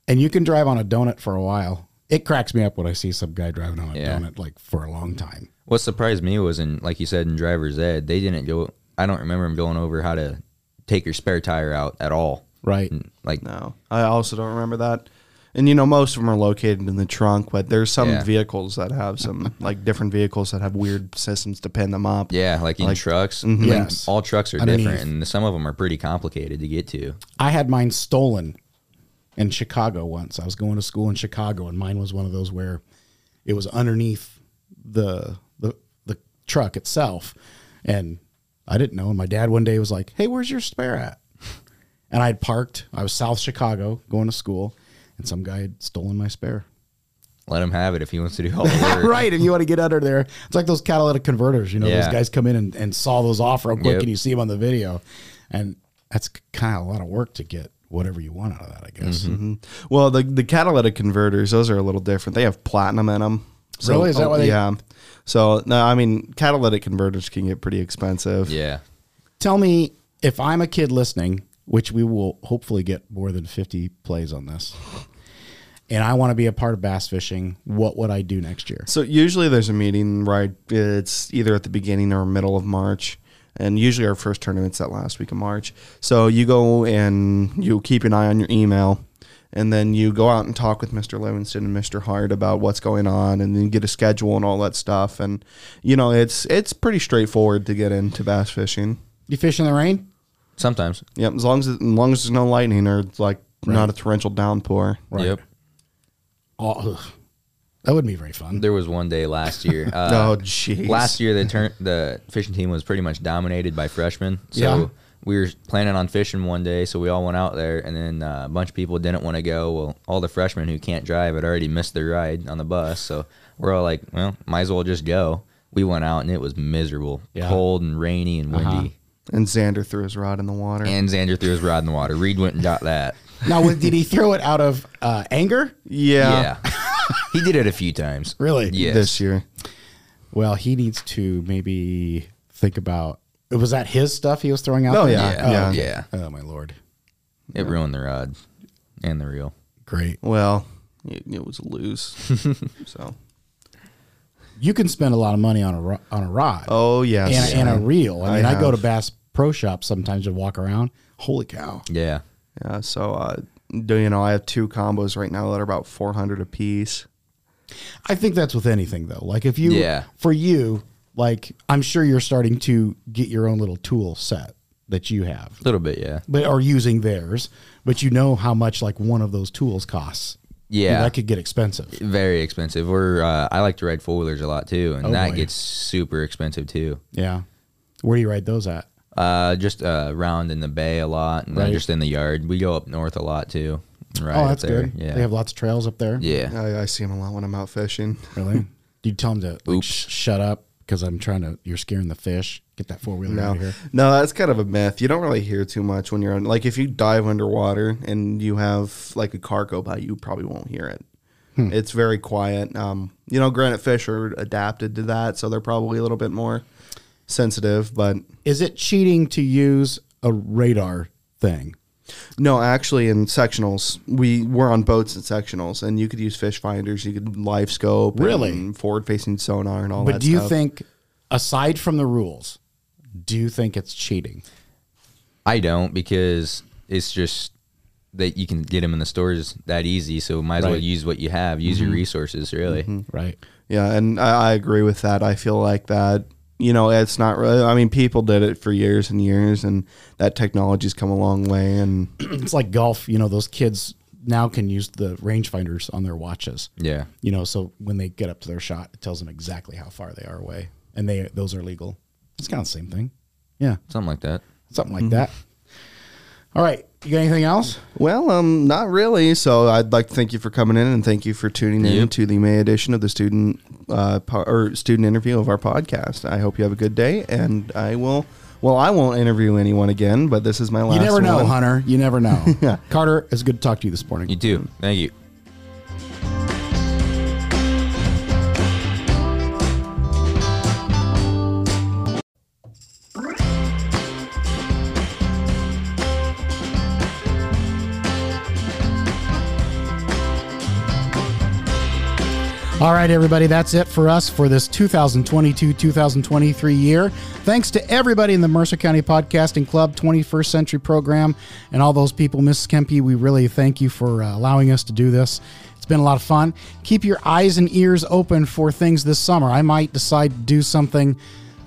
A: and you can drive on a donut for a while. It cracks me up when I see some guy driving on a
G: Yeah.
A: donut like for a long time.
G: What surprised me was in, like you said, in driver's ed, they didn't go. I don't remember them going over how to take your spare tire out at all.
A: Right.
G: Mm, Like,
C: No, I also don't remember that. And you know, most of them are located in the trunk, but there's some
G: Yeah.
C: vehicles that have some like different vehicles that have weird systems to pin them up.
G: yeah, like in
C: Like- Mhm.
G: trucks. I mean,
A: Yes.
G: All trucks are
A: Underneath.
G: different, and some of them are pretty complicated to get to.
A: I had mine stolen in Chicago once. I was going to school in Chicago, and mine was one of those where it was underneath the the, the truck itself, and I didn't know. And my dad one day was like, "Hey, where's your spare at?" And I had parked. I was South Chicago going to school, and some guy had stolen my spare.
G: Let him have it if he wants to do all the work.
A: right. If you want to get under there, it's like those catalytic converters. You know, those
G: Yeah.
A: guys come in and, and saw those off real quick,
G: Yep.
A: and you see them on the video, and that's kind of a lot of work to get whatever you want out of that. I guess.
G: Mm-hmm.
C: Well, the the catalytic converters, those are a little different. They have platinum in them.
A: Really? Is that why they-
C: Yeah. So no, I mean catalytic converters can get pretty expensive.
G: Yeah.
A: Tell me if I'm a kid listening, which we will hopefully get more than 50 plays on this, and I want to be a part of bass fishing. What would I do next year?
C: So usually there's a meeting right. It's either at the beginning or middle of March, and usually our first tournament's that last week of March. So you go and you keep an eye on your email, and then you go out and talk with Mr. Livingston and Mr. Hart about what's going on, and then get a schedule and all that stuff. And you know it's it's pretty straightforward to get into bass fishing.
A: You fish in the rain?
G: Sometimes.
C: Yep, as long as as long as there's no lightning or like not a torrential downpour.
G: Yep.
A: Oh, ugh. that wouldn't be very fun.
G: There was one day last year. Uh,
C: Oh, jeez.
G: Last year, the turn the fishing team was pretty much dominated by freshmen. So
A: Yeah.
G: we were planning on fishing one day, so we all went out there, and then uh, a bunch of people didn't want to go. Well, all the freshmen who can't drive had already missed their ride on the bus, so we're all like, "Well, might as well just go." We went out, and it was miserable,
A: Yeah. Uh-huh.
G: cold and rainy and windy.
C: And Xander threw his rod in the water.
G: And Xander threw his rod in the water. Reed went and got that.
A: Now, was- did he throw it out of uh, anger?
C: yeah,
G: Yeah, he did it a few times.
A: Really?
G: Yes.
C: this year.
A: Well, he needs to maybe think about. Was that his stuff he was throwing out?
C: Oh,
A: there?
C: yeah,
G: Yeah, yeah,
C: yeah.
A: Oh my lord!
G: It ruined the rod and the reel.
A: Great.
C: Well, it, it was loose. so,
A: You can spend a lot of money on a ro- on a rod.
C: oh yes,
A: and, and a reel. I
C: I
A: mean, I, go to
C: have.
A: Bass Pro Shop sometimes and walk around. Holy cow!
G: Yeah,
C: yeah. So, uh, do you know I have two combos right now that are about four hundred a piece.
A: I think that's with anything though. Like if you,
G: Yeah.
A: for you, like I'm sure you're starting to get your own little tool set that you have,
G: a little bit. Yeah.
A: but are using theirs. But you know how much like one of those tools costs.
G: Yeah.
A: that could get expensive.
G: very expensive. Or uh, I like to ride four wheelers a lot too, and
A: Oh,
G: that
A: boy.
G: gets super expensive too.
A: Yeah, where do you ride those at?
G: Uh, just uh, round in the bay a lot, and
A: Right.
G: then just in the yard. We go up north a lot too. and Ride
A: oh,
G: up
A: that's
G: there.
A: good.
G: Yeah,
A: They have lots of trails up there.
G: yeah.
C: I, I see them a lot when I'm out fishing.
A: Really? Do you tell them to like,
G: Oops.
A: sh- shut up because I'm trying to? You're scaring the fish. Get that four wheeler
C: No,
A: out of here.
C: no, that's kind of a myth. You don't really hear too much when you're on. Like if you dive underwater and you have like a car go by, you probably won't hear it.
A: Hmm.
C: It's very quiet. Um, you know, granite fish are adapted to that, so they're probably a little bit more sensitive. But
A: Is it cheating to use a radar thing?
C: No, actually, in sectionals, we were on boats in sectionals, and you could use fish finders, you could live scope,
A: Really?
C: forward facing sonar, and all that.
A: But do you
C: stuff.
A: think, aside from the rules, do you think it's cheating?
G: I don't because it's just that you can get them in the stores that easy. So might as well
A: Right. Mm-hmm.
G: use what you have. Use your resources really.
A: Right.
C: Yeah, and I, I agree with that. I feel like that. You know, it's not really. I mean, people did it for years and years, and that technology's come a long way. And
A: It's like golf. You know, those kids now can use the rangefinders on their watches.
G: Yeah.
A: You know, so when they get up to their shot, it tells them exactly how far they are away, and they those are legal. It's kind of the same thing. Yeah,
G: Something like that.
A: something
C: Mm-hmm.
A: like that. All right, you got anything else?
C: Well, um, not really. So I'd like to thank you for coming in and thank you for tuning in to the May edition of the student uh, po- or student interview of our podcast. I hope you have a good day, and I will. Well, I won't interview anyone again, but this is my last.
A: you never know,
C: one.
A: Hunter. You never know. Carter, it's good to talk to you this morning.
G: You too. Thank you.
A: All right, everybody, that's it for us for this 2022 2023 year. Thanks to everybody in the Mercer County Podcasting Club 21st Century Program and all those people. Mrs. Kempe, we really thank you for uh, allowing us to do this. It's been a lot of fun. Keep your eyes and ears open for things this summer. I might decide to do something.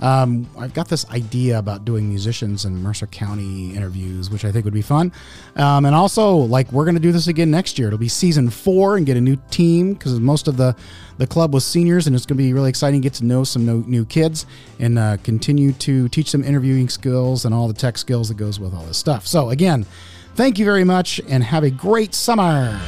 A: Um, I've got this idea about doing musicians in Mercer County interviews, which I think would be fun. Um, and also, like, we're going to do this again next year. It'll be season four and get a new team because most of the, the club was seniors, and it's going to be really exciting. Get to know some no, new kids and uh, continue to teach them interviewing skills and all the tech skills that goes with all this stuff. So, again, thank you very much and have a great summer.